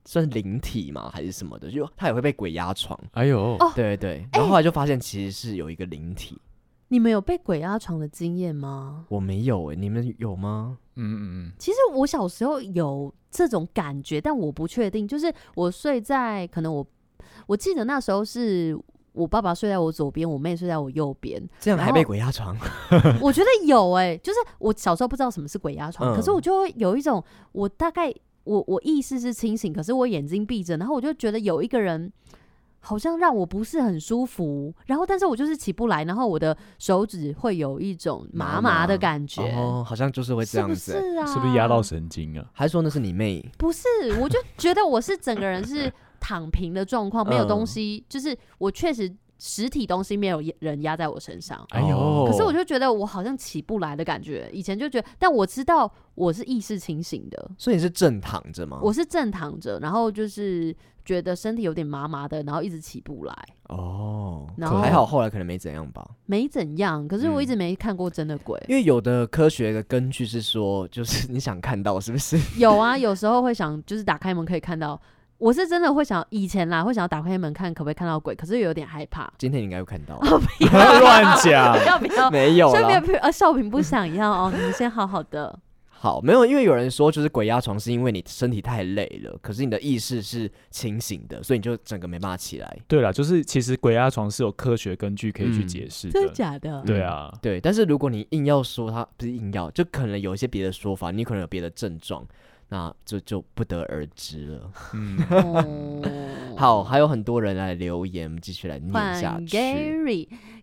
S3: 算灵体嘛还是什么的，就他也会被鬼压床。
S2: 哎呦，
S4: 哦
S3: 对对，然后后来就发现其实是有一个灵体，
S4: 你们有被鬼压床的经验吗？
S3: 我没有哎、你们有吗？
S2: 嗯嗯
S4: 其实我小时候有这种感觉，但我不确定，就是我睡在可能我我记得那时候是。我爸爸睡在我左边，我妹睡在我右边。
S3: 这样
S4: 然
S3: 还被
S4: 后
S3: 鬼压床？
S4: [LAUGHS] 我觉得有哎、就是我小时候不知道什么是鬼压床，
S3: 嗯
S4: 可是我就会有一种，我大概我我意识是清醒，可是我眼睛闭着，然后我就觉得有一个人好像让我不是很舒服，然后但是我就是起不来，然后我的手指会有一种麻
S3: 麻
S4: 麻
S3: 麻
S4: 的感觉，
S3: 哦，好像就是会这
S4: 是
S3: 样
S4: 不
S3: 子、欸。
S4: 是啊？
S2: 嗯，是不是压到神经啊？
S3: 还说那是你妹，
S4: 不是，我就觉得我是整个人是躺平的状
S3: 嗯
S4: 况，没有东西，就是我确实实体东西没有人压在我身上。
S2: 哎呦，
S3: 哦
S4: 可是我就觉得我好像起不来的感觉，以前就觉得，但我知道我是意识清醒的，
S3: 所以你是正躺着吗？
S4: 我是正躺着，然后就是觉得身体有点麻麻的，然后一直起不来，
S3: 哦，
S4: 然
S2: 可
S4: 后
S3: 还好后来可能没怎样吧，
S4: 没怎样，可是我一
S2: 嗯
S4: 直没看过真的鬼。 [LAUGHS]
S3: 因为有的科学的根据是说，就是你想看到是不是？
S4: 有啊，有时候会想，就是打开门可以看到，我是真的会想，以前啦会想要打开门看可不可以看到鬼，可是有点害怕。
S3: 今天你应该会看 [LAUGHS] 到，
S2: 不要乱
S4: [LAUGHS]
S2: 讲。
S4: 要不要？
S3: 没有
S4: 顺
S3: 啦。
S4: 便呃，少平不想要哦，你们先好好的。
S3: 好，没有，因为有人说就是鬼压床是因为你身体太累了，可是你的意识是清醒的，所以你就整个没办法起来。
S2: 对了，就是其实鬼压床是有科学根据可以去
S3: 嗯
S2: 解释的。
S4: 真的假的？
S2: 对啊，
S3: 对，但是如果你硬要说它不是硬要，就可能有一些别的说法，你可能有别的症状，那就就不得而知了。
S2: [LAUGHS] 嗯，
S3: [LAUGHS]
S4: 哦
S3: 好，还有很多人来留言，我们继续来念
S4: 换
S3: 下去。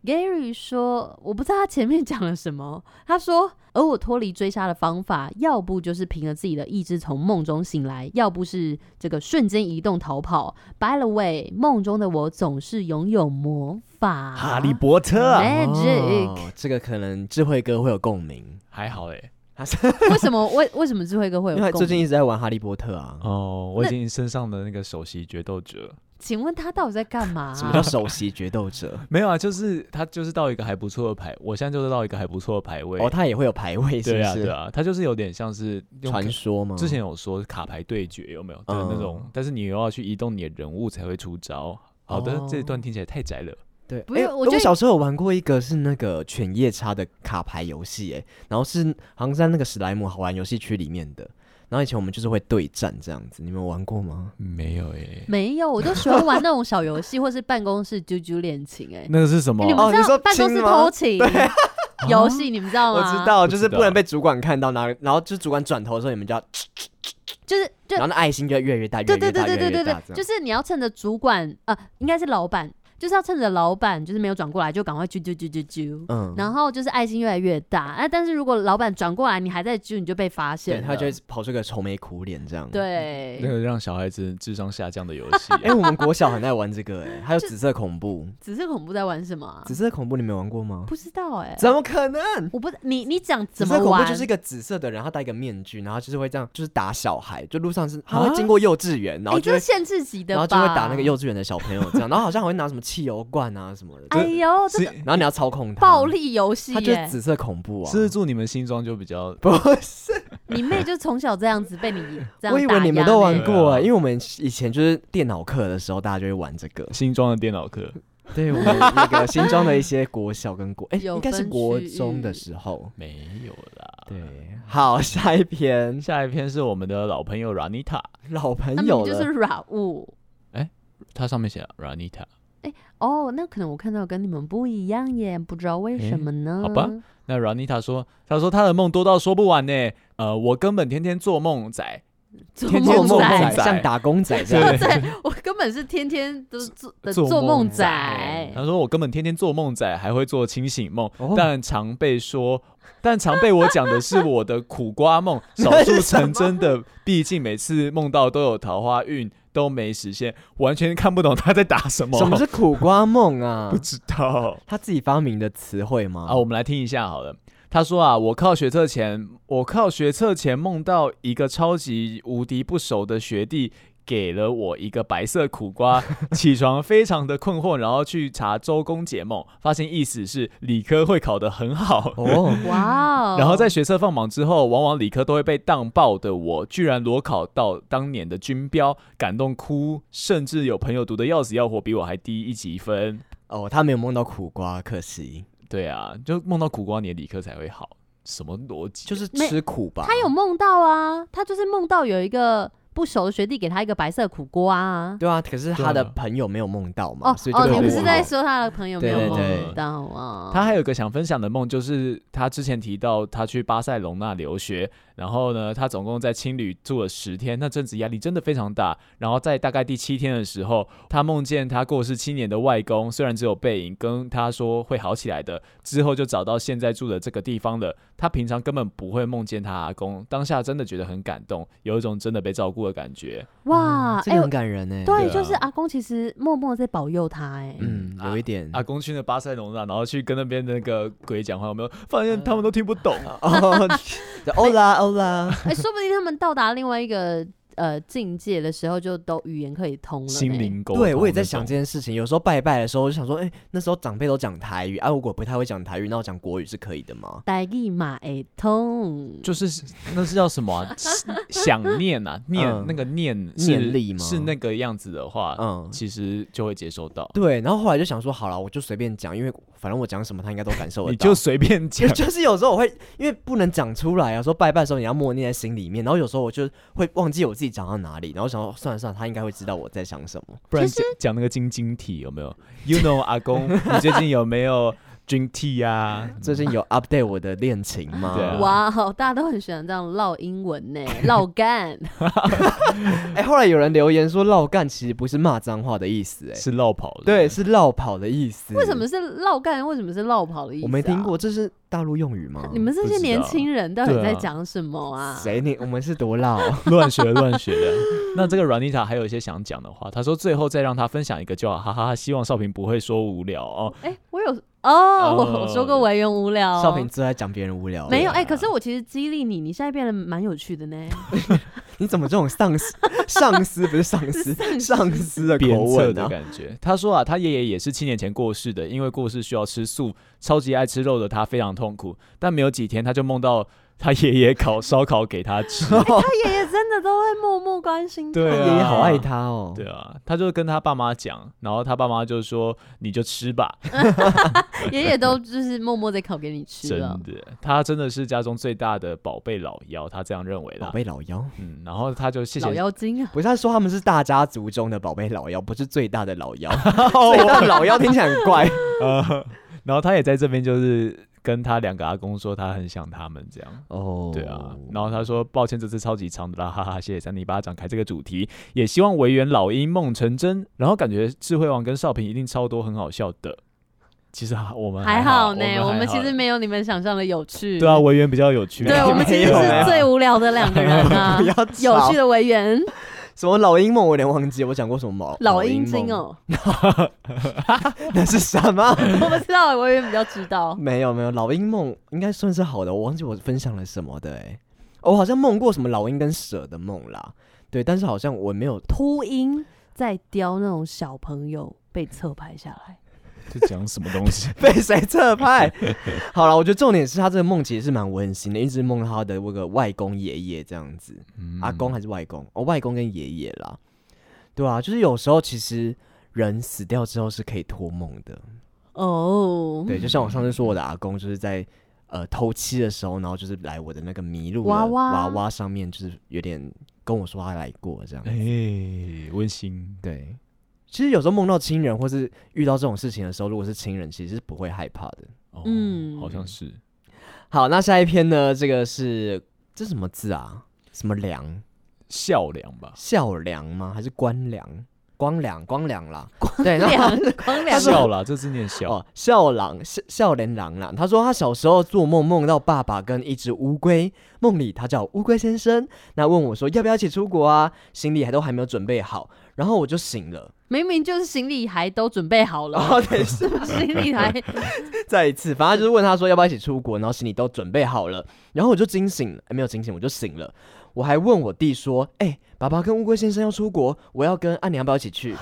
S4: Gary，Gary 说，我不知道他前面讲了什么。他说，而我脱离追杀的方法，要不就是凭着自己的意志从梦中醒来，要不是这个瞬间移动逃跑。By the way，梦中的我总是拥有魔法。
S2: 哈利波特啊
S4: Magic，、
S3: 哦这个可能智慧哥会有共鸣，
S2: 还好哎。
S3: 他是
S4: 为什么为为什么智慧哥会有
S3: 因为
S4: 共
S3: 他最近
S4: 鸣？
S3: 一直在玩《哈利波特》啊。
S2: 哦，我已经身上的那个首席决斗者
S4: 请问他到底在干嘛、
S3: 什么叫首席决斗 [LAUGHS] 者？
S2: 没有啊，就是他就是到一个还不错的排，我现在就是到一个还不错的排位。
S3: 哦，他也会有排位，是
S2: 对啊
S3: 不
S2: 对
S3: 是？
S2: 啊，他就是有点像是用
S3: 传说吗？
S2: 之前有说卡牌对决有没有的
S3: 嗯
S2: 那种，但是你又要去移动你的人物才会出招。好的，
S3: 哦
S2: 这一段听起来太宅了。
S3: 对，
S4: 不是
S3: 诶
S4: 我
S3: 我
S4: 觉得
S3: 小时候有玩过一个是那个犬夜叉的卡牌游戏，哎，然后是好像在那个史莱姆好玩游戏区里面的。然后以前我们就是会对战这样子，你们有玩过吗？
S2: 没有欸诶，
S4: 没有，我就喜欢玩那种小游戏，或是办公室啾啾恋情、哎、
S2: 那个是什么
S4: 哎你？们
S3: 哦你
S4: 知道
S3: 说
S4: 办公室
S3: 亲吗
S4: 偷情游戏，你们知道
S3: 我
S4: 吗？
S3: 知，道，就是
S2: 不知
S3: 啊不能
S2: 道
S3: 被主管看到，然后然后就是主管转头的时候，你们就要，
S4: 就是就
S3: 然后那爱心就会越来越大，越
S4: 对
S3: 来
S4: 对
S3: 越
S4: 对
S3: 大，
S4: 对
S3: 越来
S4: 对对
S3: 越大，
S4: 对，就是你要趁着主管呃，应该是老板，就是要趁着老板就是没有转过来，就赶快啾啾啾啾啾。
S3: 嗯，
S4: 然后就是爱心越来越大，啊，但是如果老板转过来，你还在啾，你就被发
S3: 对，
S4: 现了。
S3: 他就会嗯跑出个愁眉苦脸这样。，
S2: 那
S4: 对，
S2: 个让小孩子智商下降的游
S3: [LAUGHS]
S2: 戏。啊
S3: 哎，我们国小很爱玩这个，哎，还有紫色恐 [LAUGHS] 怖，
S4: 紫色恐怖在玩什么啊？
S3: 紫色恐怖你没玩过吗？
S4: 不知道哎、
S3: 怎么可能？
S4: 我不，你你讲
S3: 紫
S4: 怎么
S3: 色恐怖
S4: 玩？
S3: 就是一个紫色的人，他戴一个面具，然后就是会这样，就是打小孩，就路上是他会经过幼稚园，然后
S4: 啊哎，
S3: 就
S4: 这
S3: 会
S4: 是限制级的
S3: 然
S4: 吧？
S3: 后就会打那个幼稚园的小朋友这样，然后好像还会拿什么汽油罐啊什么的，
S4: 哎呦，这
S2: 是
S3: 然后你要操控他，
S4: 暴，力游戏
S3: 啊他就是
S4: 耶！
S3: 紫色恐怖啊，
S2: 是住你们新庄就比较
S3: 不是？
S4: 你妹就从小这样子被你这样
S3: 我以为
S4: 打
S3: 你们
S4: 压
S3: 都
S4: 呢
S3: 玩过、
S2: 对啊。
S3: 因为我们以前就是电脑课的时候，大家就会玩这个
S2: 新庄的电脑课。
S3: [LAUGHS] 对我 [LAUGHS] 们那个新装的一些国小跟国，哎、
S4: 有
S3: 应该是
S4: 分
S3: 国
S4: 区域
S3: 中的时候。
S2: 没有啦。
S3: 对，好，下一篇
S2: 下一篇是我们的老朋友 Ranita，
S3: 老朋
S4: 他
S3: 友
S4: 们
S3: 了，
S4: 就是软物。
S2: 它上面写 Ranita。
S4: 哦，那可能我看到跟你们不一样耶，不知道为
S2: 诶
S4: 什么呢？
S2: 好吧，那 Ranita 说，她说她的梦多到说不完呢。呃，我根本天天做梦仔，
S4: 做
S2: 天天
S4: 梦
S2: 做梦
S4: 仔， [LAUGHS]
S2: 仔
S3: 像打工仔这样。
S4: 对，我根本是天天都做的
S2: 做
S4: 做
S2: 梦
S4: 梦
S2: 仔
S4: 仔。 [LAUGHS]
S2: 她说我根本天天做梦仔，还会做清醒梦，
S3: 哦
S2: 但常被说，但常被我讲的是我的苦瓜 [LAUGHS] 梦，少数成真的。毕竟每次梦到都有桃花运，都没实现，完全看不懂她在打什么。
S3: 什么是苦瓜梦啊
S2: [LAUGHS] 不？知道。
S3: 他自己发明的词汇吗？
S2: 啊，我们来听一下好了。他说啊，我靠学测前，我靠学测前梦到一个超级无敌不熟的学弟给了我一个白色苦瓜，起床非常的困惑，然后去查周公解梦，发现意思是理科会考得很好。 [LAUGHS]
S3: 哦，
S4: 哇哦！
S2: 然后在学测放榜之后，往往理科都会被当爆的我，居然裸考到当年的军标，感动哭，甚至有朋友读的要死要活，比我还低一级分。
S3: 哦，他没有梦到苦瓜，可惜，
S2: 对啊，就梦到苦瓜，你的理科才会好，什么逻辑啊？
S3: 就是吃苦吧。
S4: 他有梦到啊，他就是梦到有一个不熟的学弟给他一个白色苦瓜啊。
S3: 对啊，可是他的
S2: 对啊
S3: 朋友没有梦到嘛，
S4: 哦
S3: 所以就
S4: 哦，
S3: 没
S4: 你
S3: 有
S4: 不
S3: 问
S4: 是
S3: 号
S4: 在说他的朋友没
S3: 对
S4: 有
S3: 对
S4: 梦
S3: 对，
S4: 到啊？
S2: 他还有一个想分享的梦，就是他之前提到他去巴塞隆纳留学，然后呢，他总共在青旅住了十天，那阵子压力真的非常大。然后在大概第七天的时候，他梦见他过世七年的外公，虽然只有背影，跟他说会好起来的，之后就找到现在住的这个地方了。他平常根本不会梦见他阿公，当下真的觉得很感动，有一种真的被照顾的感觉。
S4: 哇，
S3: 嗯这
S4: 哎
S3: 个
S4: 呦
S3: 很，感人呢。
S4: 对，
S2: 对啊
S4: 就是阿公其实默默在保佑他，哎，
S3: 嗯，
S2: 啊
S3: 有一点
S2: 阿公去那巴塞隆纳，然后去跟那边的那个鬼讲话，有没有发现他们都听不懂？
S3: [LAUGHS] 哦，就欧啦欧啦，
S4: 哎，说不定他们到达另外一个呃境界的时候，就都语言可以通了呢。
S2: 心灵沟通那种。
S3: 对我也在想这件事情。有时候拜拜的时候，我就想说，哎，那时候长辈都讲台语啊，如果不太会讲台语，那我讲国语是可以的吗？
S4: 代意嘛会通，
S2: 就是那是叫什么、啊？是想念啊，念、
S3: 嗯
S2: 那个念是
S3: 念力吗
S2: 是那个样子的话，
S3: 嗯
S2: 其实就会接收到。
S3: 对，然后后来就想说，好了，我就随便讲，因为反正我讲什么，他应该都感受得
S2: 你
S3: 到
S2: 就。随便
S3: [LAUGHS] 就
S2: 讲，
S3: 就是有时候我会因为不能讲出来啊，说拜拜的时候你要默念在心里面，然后有时候我就会忘记我自己讲到哪里，然后想说算了算了，他应该会知道我在想什么。
S2: 不然
S4: 其实
S3: [LAUGHS]
S2: 讲讲那个晶晶体有没有？You know，阿公，你最近有没有军 T 啊，
S3: 最近有 update 我的恋情吗？
S2: 对啊
S4: 哇哦，大家都很喜欢这样唠英文呢，唠干。
S3: 哎、后来有人留言说“绕干”其实不是骂脏话的意思、哎，
S2: 是啊绕跑的，
S3: 对，是绕跑的意思。
S4: 为什么？是唠干？为什么是唠跑的意思、啊？
S3: 我没听过，。这是大陆用语吗？
S4: 你们这些
S2: 不知道
S4: 年轻人到底
S2: 对啊
S4: 在讲什么啊？
S3: 谁你？我们是多啊
S4: [LAUGHS]
S3: 绕？
S2: 乱学乱学
S3: [LAUGHS]
S2: 的。那这个 Ranita 还有一些想讲的话，他说最后再让他分享一个就好，哈哈哈！希望少平不会说无聊哦。
S4: 哎、我有哦，我我说过委员无聊哦，
S3: 少平最爱讲别人无聊。
S4: 没有
S3: 哎、
S4: 哎、可是我其实激励你，你现在变得蛮有趣的呢。
S3: 你怎么这种丧尸 [LAUGHS] 上司不是上
S4: [LAUGHS]
S3: 司上司的
S2: 鞭
S3: 口
S2: 策
S3: 吻
S2: 的
S3: 啊？
S2: 感觉。他说啊，他爷爷也是七年前过世的，因为过世需要吃素，超级爱吃肉的他非常痛苦。但没有几天，他就梦到他爷爷烤烧烤给他
S3: [LAUGHS]
S2: 吃。
S4: 他爷爷真的都会默默关心他。
S2: 对啊
S3: 爷爷好爱他哦。
S2: 对啊，他就跟他爸妈讲，然后他爸妈就说：“你就吃
S3: [LAUGHS]
S2: 吧。
S4: 爷爷都就是默默在烤给你”吃
S2: 真
S3: 啊
S4: 了。
S2: 的，他真的是家中最大的宝贝老妖，他这样认为
S3: 宝
S2: 啦。
S3: 贝老妖，
S2: 嗯，然后他就谢谢
S4: 老妖精啊，
S3: 不是他说他们是大家族中的宝贝老妖，不是最大的老妖。
S4: [LAUGHS]
S3: 最大的老妖听起来很怪。
S2: 呃，然后他也在这边就是跟他两个阿公说他很想他们这样。
S3: 哦
S2: 对啊，然后他说抱歉，这次超级长的啦，哈哈，谢谢三尼巴展开这个主题，也希望维园老鹰梦成真。然后感觉智慧王跟少平一定超多很好笑的，其实啊我们
S4: 还
S2: 好
S4: 好呢，
S2: 我
S4: 我
S2: 还
S4: 们
S2: 好
S4: 其实没有你们想象的有趣。
S2: 对啊，维园比较有趣啊，
S4: 对我们其实
S3: 没有
S4: 是
S3: 啊
S4: 最无聊的两个人啊
S3: [LAUGHS] 不要。
S4: 有
S3: 吵
S4: 趣的委员，
S3: 什么老鹰梦，我有点忘记我讲过什么毛
S4: 老鹰
S3: 梦
S4: 精，哦，
S3: 那是什么？ [LAUGHS]
S4: 我不知道，委员比较知道。
S3: 没有没有，老鹰梦应该算是好的，我忘记我分享了什么的、欸哦我好像梦过什么老鹰跟蛇的梦啦，对，但是好像我没有
S4: 秃鹰在叼那种小朋友被侧拍下来，
S2: 是讲什么东
S4: [LAUGHS]
S2: 西？
S3: 被谁侧拍。好了，我觉得重点是他这个梦其实是蛮温馨的，一直梦到他的那个外公爷爷这样子，
S2: 嗯
S3: 阿公还是外公？哦，外公跟爷爷啦，对啊，就是有时候其实人死掉之后是可以托梦的，
S4: 哦，
S3: 对，就像我上次说，我的阿公就是在呃头七的时候，然后就是来我的那个麋鹿的
S4: 娃娃
S3: 娃娃上面，就是有点跟我说他来过这样。
S2: 哎，温馨，
S3: 对，其实有时候梦到亲人或是遇到这种事情的时候，如果是亲人，其实是不会害怕的。
S2: 哦、
S4: 嗯
S2: 好像是
S3: 好，那下一篇呢？这个是这什么字啊？什么良？
S2: 孝良吧，
S3: 孝良吗？还是官良？光良，光良啦。对，然后
S4: 两光两
S2: 孝啦，这字念孝，
S3: 哦，笑狼笑笑脸狼啦。他说他小时候做梦梦到爸爸跟一只乌龟，梦里他叫乌龟先生，那问我说要不要一起出国啊？行李还都还没有准备好，然后我就醒了。
S4: 明明就是行李还都准备好
S3: 然 [LAUGHS]
S4: 了，
S3: 后等一下
S4: 是不是行
S3: [LAUGHS]
S4: 李还
S3: 再一次，反正就是问他说要不要一起出国，然后行李都准备好了，然后我就惊醒了，哎没有惊醒，我就醒了。我还问我弟说，哎、爸爸跟乌龟先生要出国，我要跟安妮要不要一起去？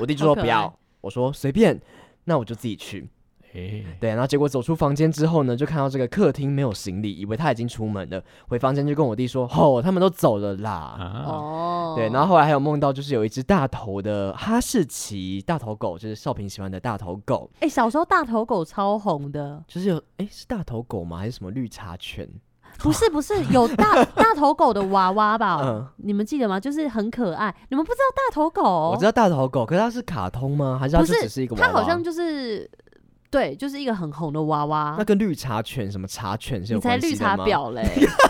S3: 我弟就说
S4: 好可爱
S3: 不要，我说随便，那我就自己去。
S2: 哎，
S3: 对，然后结果走出房间之后呢，就看到这个客厅没有行李，以为他已经出门了。回房间就跟我弟说：“吼、他们都走了啦。
S2: 啊，
S4: 哦，
S3: 对，然后后来还有梦到，就是有一只大头的哈士奇大头狗，就是少平喜欢的大头狗，
S4: 哎、小时候大头狗超红
S3: [LAUGHS]
S4: 的，
S3: 就是有哎是大头狗吗？还是什么绿茶犬？
S4: 不是不是，有大大头狗的娃娃吧？
S3: [LAUGHS] 嗯
S4: 你们记得吗？就是很可爱。你们不知道大头狗？
S3: 我知道大头狗，可是它是卡通吗？还是它
S4: 不
S3: 就是只是一个娃娃？
S4: 它好像就是对，就是一个很红的娃娃
S3: 那。跟绿茶犬什么茶犬是
S4: 你
S3: 有
S4: 才
S3: 关系
S4: 绿
S3: 的
S4: 茶
S3: 吗，
S4: 婊嘞， [LAUGHS]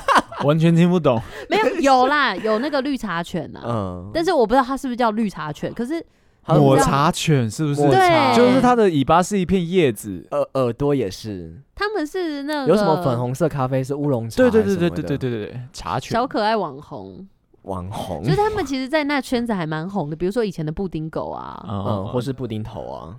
S2: 完全听不懂，
S4: 没有有啦，有那个绿茶犬啊，[LAUGHS]
S3: 嗯，
S4: 但是我不知道它是不是叫绿茶犬，可是
S3: 好像
S2: 抹
S3: 是
S2: 茶犬是不是？
S3: 抹茶
S4: 对
S2: 就是它的尾巴是一片叶子，
S3: 耳耳朵也是，
S4: 他们是那个
S3: 有什么粉红色咖啡是乌龙茶
S2: 对
S3: 还
S2: 对
S3: 是什么
S2: 对
S3: 的？
S2: 对对对对对对，茶犬
S4: 小可爱网红，
S3: 网红
S4: 就是他们其实，在那圈子还蛮红的，比如说以前的布丁狗啊，
S3: 嗯，
S2: 啊
S3: 或是布丁头啊。！，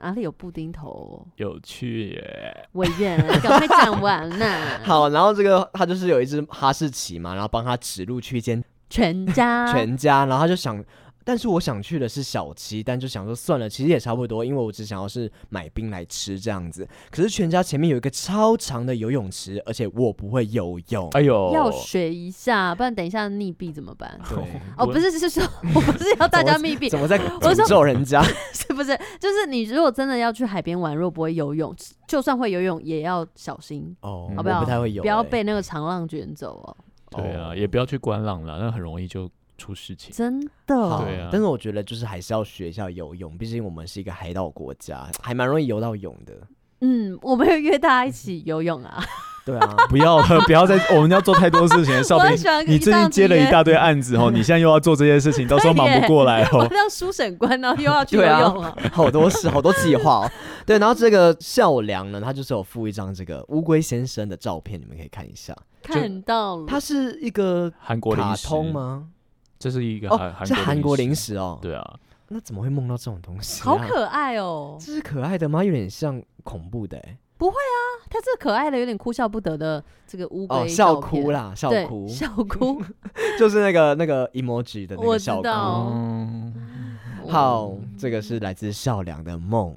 S4: 哪里有布丁头？
S2: 有趣耶，
S4: 委员，赶快讲完呐
S3: [LAUGHS] 嗯好，然后这个他就是有一只哈士奇嘛，然后帮他指路去一间
S4: 全家
S3: [LAUGHS] 全家，然后他就想，但是我想去的是小七，但就想说算了，其实也差不多，因为我只想要是买冰来吃这样子。可是全家前面有一个超长的游泳池，而且我不会游泳，
S2: 哎呦，
S4: 要学一下，不然等一下溺毙怎么
S3: [LAUGHS]
S4: 办？
S3: 对
S4: 哦，不是，是说 [LAUGHS] 我不是要大家密闭，
S3: 怎么在
S4: 我说
S3: 诅咒人
S4: [LAUGHS]
S3: 家？
S4: 是不是？就是你如果真的要去海边玩，如果不会游泳，就算会游泳也要小心，
S3: 哦，
S4: 好
S3: 我
S4: 不好？
S3: 不太会游、
S4: 不要
S3: 欸
S4: 被那个长浪卷走哦，
S2: 对啊，
S3: 哦
S2: 也不要去观浪了，那很容易就出事情。
S4: 真
S3: 好
S4: 的。
S2: 对啊
S3: 但是我觉得就是还是要学一下游泳，毕竟我们是一个海岛国家，还蛮容易游到泳的。
S4: 嗯，我们有约大家一起游泳啊，
S3: 对啊，
S2: 不要了，不
S4: [LAUGHS]
S2: 要再，我们要做太多事情了。少
S4: 我
S2: 平
S4: 很喜欢，跟
S2: 你
S4: 你这
S2: 最近
S4: 样子
S2: 接了一
S4: [LAUGHS] 约
S2: 大堆案子哦，你现在又要做这
S4: [LAUGHS]
S2: 些事情，到时候忙不过来
S4: 我 [LAUGHS]
S2: 哦。
S4: 当书审官，然后又要去游
S3: [LAUGHS] 对啊
S4: 泳了。
S3: 好多事，好多计划哦。 [LAUGHS] 对，然后这个孝良呢，他就是有附一张这个乌龟先生的照片，你们可以看一下。
S4: 看到了，
S3: 它是一个
S2: 韩国零
S3: 卡
S2: 食
S3: 通？吗？
S2: 这是一个
S3: 哦，
S2: 韩
S3: 是韩国零
S2: 食。
S3: 食哦。
S2: 对啊，
S3: 那怎么会梦到这种东西、啊？
S4: 好，可爱哦、
S3: 这是可爱的吗？有点像恐怖的、欸、
S4: 它这个可爱的有点哭笑不得的这个乌龟、
S3: 哦，笑哭，啦，笑
S4: 对 [LAUGHS]
S3: 哭，
S4: 笑哭，
S3: 就是那个那个 emoji 的那
S4: 我
S3: 个
S4: 知
S3: 笑哭。
S4: 道哦
S2: 嗯，
S3: 好，这个是来自孝良的梦。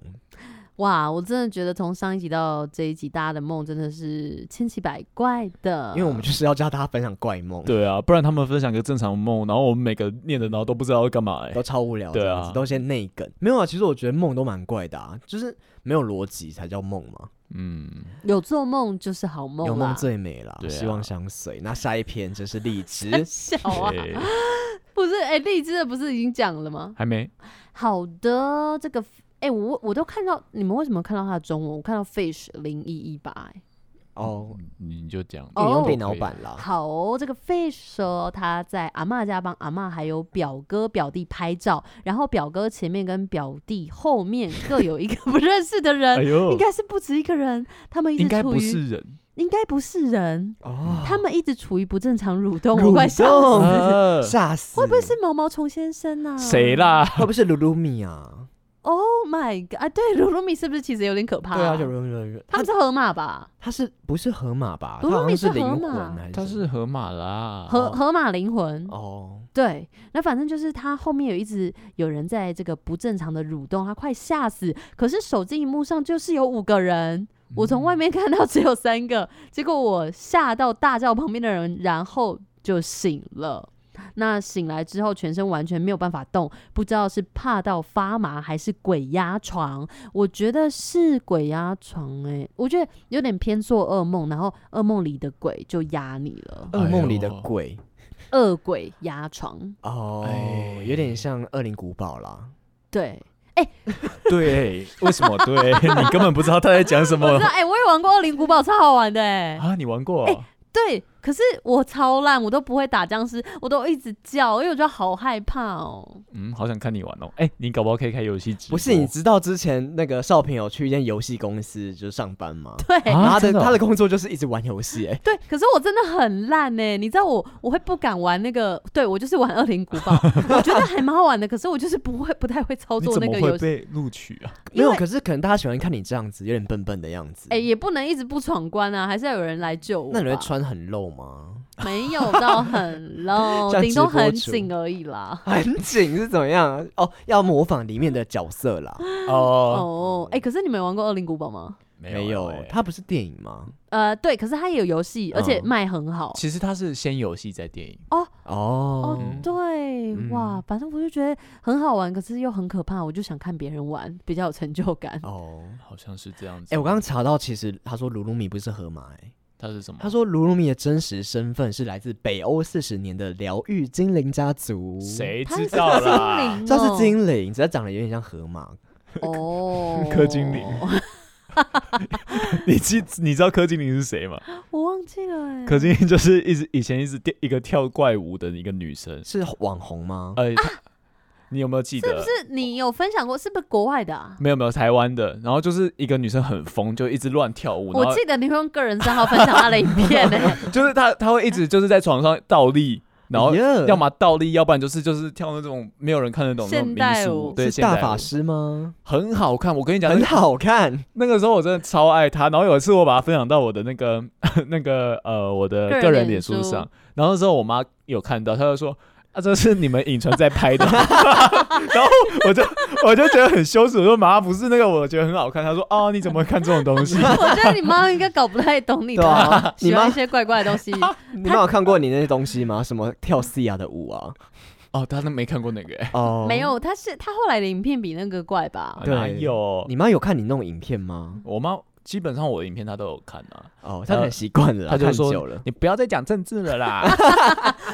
S4: 哇，我真的觉得从上一集到这一集，大家的梦真的是千奇百怪的。
S3: 因为我们就是要教大家分享怪梦，
S2: 对啊，不然他们分享个正常梦，然后我们每个念的，然后都不知道要干嘛哎
S3: 都。超无聊，
S2: 对啊
S3: 这样子都先内梗。没有啊，其实我觉得梦都蛮怪的啊，就是没有逻辑才叫梦嘛，
S2: 嗯，
S4: 有做梦就是好梦啊
S3: 有
S4: 啦
S3: [LAUGHS] 梦。最美啦，
S2: 对啊
S3: 希望相随。那下一篇就是
S4: [LAUGHS]
S3: 荔枝，
S4: 小啊，
S2: 对
S4: 不是哎，荔枝的不是已经讲了吗？
S2: 还没
S4: 好的，这个哎、我我都看到你们为什么看到它的中文？我看到 fish 零一一八哎。
S3: 哦，
S2: 你就讲。
S4: 哦
S3: 你用电脑版啦，
S4: 好哦、这个 Fish 说他在阿嬷家帮阿嬷还有表哥表弟拍照，然后表哥前面跟表弟后面各有一个不认识的人，
S2: [LAUGHS] 哎呦
S4: 呃应，该是不止一个人，他们一
S2: 应
S4: 直
S2: 该
S4: 处
S2: 不
S4: 于
S2: 是人。
S4: 应该不是人，
S3: 哦，
S4: 他们一直处于不正常蠕动，我
S3: 蠕
S4: 快笑
S3: 动
S4: 死。
S2: 啊
S3: 吓死！
S4: 会不会是毛毛虫先生啊？
S2: 谁啦？
S3: 会不会是鲁鲁米啊？
S4: ？Oh my god！啊，对，鲁鲁米是不是其实有点可怕、
S3: 对啊，就鲁鲁米，
S4: 他
S3: 他
S4: 们是河马吧？
S3: 他是不是河马吧？
S4: 鲁
S3: 他
S4: 鲁
S3: 好
S4: 米
S3: 像
S4: 是
S3: 是灵
S4: 河马
S3: 魂还是？
S2: 他是河马啦。
S4: 河
S3: 哦
S4: 河马灵魂
S3: 哦，
S4: 对，那反正就是他后面有一直有人在这个不正常的蠕动，他快吓死。可是手机荧幕上就是有五个人，我从外面 [LAUGHS] 看到只有三个，结果我吓到大叫旁边的人，然后就醒了。那醒来之后，全身完全没有办法动，不知道是怕到发麻还是鬼压床。我觉得是鬼压床、欸，我觉得有点偏做噩梦，然后噩梦里的鬼就压你了，
S2: 哎呦
S3: 噩梦里的鬼
S4: 恶鬼压床。
S3: 哦
S2: 哎，
S3: 有点像《恶灵古堡》啦。
S4: 对，
S2: 对，为什么
S4: [LAUGHS]
S2: 对？你根本不知道他在讲什
S4: 我
S2: 么
S4: 知道，哎、我也玩过《恶灵古堡》，超好玩的哎、
S2: 啊？你玩过？
S4: 哎对，可是我超烂，我都不会打僵尸，我都一直叫，因为我觉得好害怕哦。
S2: 嗯，好想看你玩哦。哎，你搞不好可以开游戏直播。
S3: 不是，你知道之前那个少平有去一间游戏公司就是上班吗？
S4: [LAUGHS] 对、
S2: 啊
S3: 然后他的
S2: 真的哦
S3: 他的工作就是一直玩游戏，哎，
S4: 对，可是我真的很烂哎、你知道我我会不敢玩那个，对我就是玩《恶灵古堡》，我觉得还蛮好玩的，可是我就是不会不太会操
S2: 你
S4: 作那
S2: 怎么
S4: 个
S2: 会
S4: 游戏，
S2: 被录取
S4: [LAUGHS]
S2: 啊？
S3: 没
S4: 因
S3: 有，
S4: 为
S3: 可是可能大家喜欢看你这样子，有点笨笨的样子。
S4: 哎、也不能一直不闯关啊，还是要有人来救我吧。
S3: 那你会穿很露吗？ [LAUGHS]
S4: 没有到
S2: [LAUGHS]
S4: 很 low，
S3: 像
S4: 顶多
S3: 直播
S4: 很
S3: 主
S4: 紧而已啦。
S3: 很紧是怎么样？哦，要模仿里面的角色啦。
S2: 哦，
S4: 哦，哎，可是你们有玩过《恶灵古堡》吗？
S3: 没有
S2: 哎，
S3: 它不是电影吗？
S4: 呃，对，可是它也有游戏，而且
S3: 嗯
S4: 卖很好。
S2: 其实嗯他是先游戏再电影。
S4: 哦
S3: 哦，，
S4: 对，
S2: 嗯
S4: 哇，反正我就觉得很好玩，可是又很可怕，我就想看别人玩，比较有成就感。
S3: 哦，
S2: 好像是这样子。
S3: 哎，我刚刚查到，其实他说鲁鲁米不是河马，哎，
S2: 他是什么？
S3: 他说鲁鲁米的真实身份是来自北欧四十年的疗愈精灵家族。？
S2: 谁
S4: 它
S2: 知
S4: 是
S2: 道
S4: 精
S2: 啦？，
S4: 灵，
S3: 这是精灵，只是长得有点像河马，
S4: 哦
S2: 柯精灵你知你知道柯精灵是谁吗？
S4: 我忘记了哎，
S2: 柯精灵就是一直以前一直跳一个跳怪舞的一个女生。
S3: 是网红吗？
S2: 呃，她你有没有记得？
S4: 是不是你有分享过？是不是国外的啊？
S2: 没有没有台湾的，然后就是一个女生很疯，就一直乱跳舞，然
S4: 我
S2: 后
S4: 记得你会用个人账号分享他的影片欸呢。
S2: [LAUGHS] 就是她她会一直就是在床上倒
S4: [LAUGHS]
S2: 立，然后
S3: 哎呀
S2: 要么倒立，要不然就是就是跳那种没有人看得懂那种
S4: 现
S2: 民
S4: 代
S2: 俗，
S4: 舞
S2: 对，
S3: 是
S2: 现代
S3: 大
S2: 舞
S3: 法师吗？
S2: 很好看。我跟你讲，
S3: 很
S2: 那个
S4: [LAUGHS]
S3: 好看，
S2: 那个时候我真的超爱她。然后有一次我把它分享到我的那个 [LAUGHS] 那个呃我
S4: 个
S2: 的
S4: 人
S2: 个人
S4: 脸
S2: 脸书
S4: 书
S2: 上，然后那时候我妈有看到，她就说。啊，这是你们影城在
S4: [LAUGHS]
S2: 拍的， [LAUGHS] 然后我就我就觉得很羞耻，我说妈不是那个，我觉得很好看。她说哦，你怎么会看这种东西？
S4: 我觉得你妈应该搞不太懂你
S3: 对
S4: 吧，
S3: 啊，
S4: [LAUGHS]
S3: 你
S4: 喜欢
S3: 妈
S4: 一些怪怪的东西。
S3: 你妈有看过你那些东西吗？什么跳西亚的舞啊？
S2: 哦，她都没看过那个、欸，
S3: 哦，
S4: [LAUGHS] [LAUGHS] 没。有，
S2: [LAUGHS]
S4: 他是他后来的影片比那个怪吧？
S2: 哪
S3: 对
S2: 有？
S3: 你妈有看你那种影片吗？
S2: 我妈基本上我的影片他都有看啊，
S3: 哦，他很习惯了啦，
S2: 他就
S3: 看
S2: 说
S3: 久了，
S2: [LAUGHS] 你不要再讲政治了 [LAUGHS] 啦。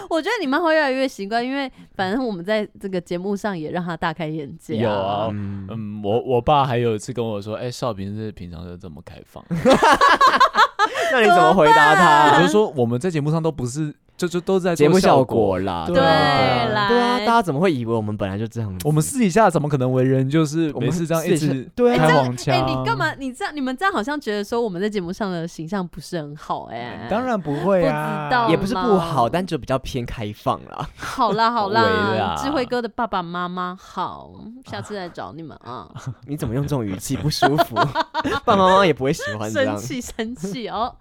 S4: 我觉得你们会越来越习惯，因为反正我们在这个节目上也让他大开眼界、
S2: 有啊，
S3: 嗯，
S2: 嗯，我我爸还有一次跟我说，哎、少平是平常是这么开 [LAUGHS] 放，
S3: 那你怎么回答
S2: 我就
S3: 他？
S2: 说我们在节目上都不是，就就都是在做
S3: 节目
S2: 啊效
S3: 效，果啦，
S2: 对嗯
S3: 对
S4: 对
S3: 啊
S4: 啦
S3: 对啊，大家怎么会以为我们本来就这样子？
S2: 我们私底下怎么可能为人就是
S3: 我
S2: 没
S3: 们
S2: 事这样一
S3: 私底下
S2: 直
S3: 对啊
S2: 开黄
S4: 哎、
S2: 腔？
S4: 你干？嘛？你这样，你们这样好像觉得说我们在节目上的形象不是很好哎、
S2: 当然不会
S4: 不
S2: 啊，
S4: 知道
S3: 也不是不好，
S4: 嘛
S3: 但就比较偏开放
S2: [LAUGHS]
S3: 啦。
S4: 好啦好
S2: 微
S4: 啦
S2: 啦，
S4: 智慧哥的爸爸妈妈好，下次来找你们啊！
S3: 你怎么用这种语气不舒
S2: [LAUGHS]
S3: 服？爸妈妈也不会喜欢这
S4: 生
S3: 样。
S4: 气生气哦，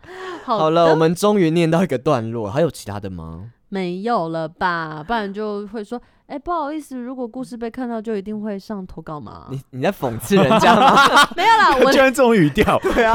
S4: 好
S3: 好
S4: 的
S3: 了，我们终于念到一个段落，还有其他的吗？
S4: 没有了吧？不然就会说，哎、不好意思，如果故事被看到，就一定会上投稿吗？
S3: 你你在讽刺人家吗？
S4: [LAUGHS] 没有啦，我
S2: [LAUGHS] 居然这种语调，
S3: 对啊，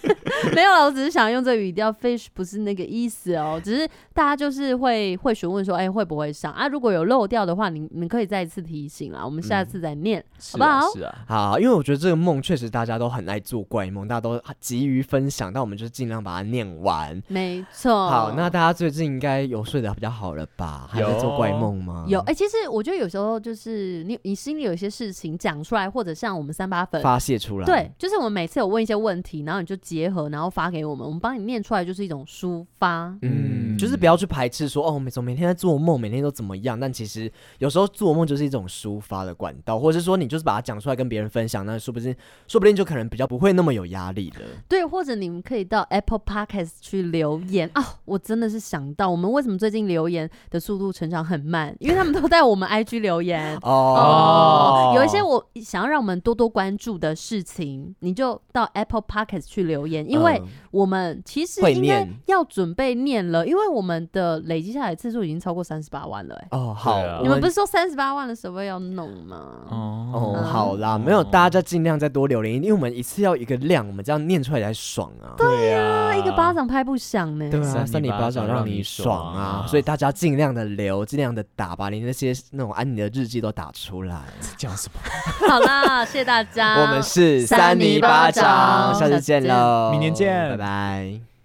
S4: [LAUGHS] 没有啦，我只是想用这个语调，fish 不是那个意思哦，只是大家就是会会询问说，哎、会不会上啊？如果有漏掉的话，你你可以再一次提醒啦，我们下次再念。
S2: 是
S4: 不
S2: 啊
S4: 好
S2: 是啊，
S3: 好，因为我觉得这个梦确实大家都很爱做怪梦，大家都急于分享，但我们就是尽量把它念完。
S4: 没错。
S3: 好，那大家最近应该有睡得比较好了吧？还在做怪梦吗？
S4: 有哎、其实我觉得有时候就是你你心里有一些事情讲出来，或者像我们三八粉。
S3: 发泄出来。
S4: 对，，就是我们每次有问一些问题，然后你就结合，然后发给我们，我们帮你念出来，就是一种抒发。
S3: 嗯，
S2: 嗯
S3: 就是不要去排斥说哦，每总每天在做梦，每天都怎么样。但其实有时候做梦就是一种抒发的管道，或者是说你就是把它讲出来跟别人分享，那说不定说不定就可能比较不会那么有压力了。。
S4: 对，或者你们可以到 Apple Podcast 去留言啊、我真的是想到，我们为什么最近留言的速度成长很慢，因为他们都在我们 IG 留言
S3: [LAUGHS] 哦，
S4: 哦，有一些我想要让我们多多关注的事情，你就到 Apple Podcast 去留言，因为
S3: 嗯
S4: 我们其实
S3: 会
S4: 应该
S3: 念
S4: 要准备念了，因为我们的累积下来次数已经超过三十八万了、欸。
S3: 哦好，
S2: 对啊
S3: 我
S4: 你们不是说三十八万的时候要弄吗？
S2: 哦，
S3: 哦
S4: 嗯
S3: 好啦，没有大家尽量再多留言，因为我们一次要一个量，我们这样念出来才爽啊。
S2: 对
S4: 啊，
S2: 啊
S4: 一个巴掌拍不响呢、
S3: 对啊，
S2: 扇
S3: 三
S2: 你
S3: 里
S2: 巴
S3: 巴
S2: 掌
S3: 掌让
S2: 让
S3: 你
S2: 你
S3: 爽
S2: 爽
S3: 啊！
S2: 啊
S3: 所以大家尽量的留，尽量的打，把你那些那种安妮的日记都打出来。
S2: 讲什么？
S4: [LAUGHS] 好啦，谢谢大家。
S3: [LAUGHS] 我们是
S4: 三
S3: 三
S4: 尼
S3: 尼
S4: 巴
S3: 巴
S4: 掌
S3: 掌，下次见喽，
S2: 明年见
S3: 拜拜。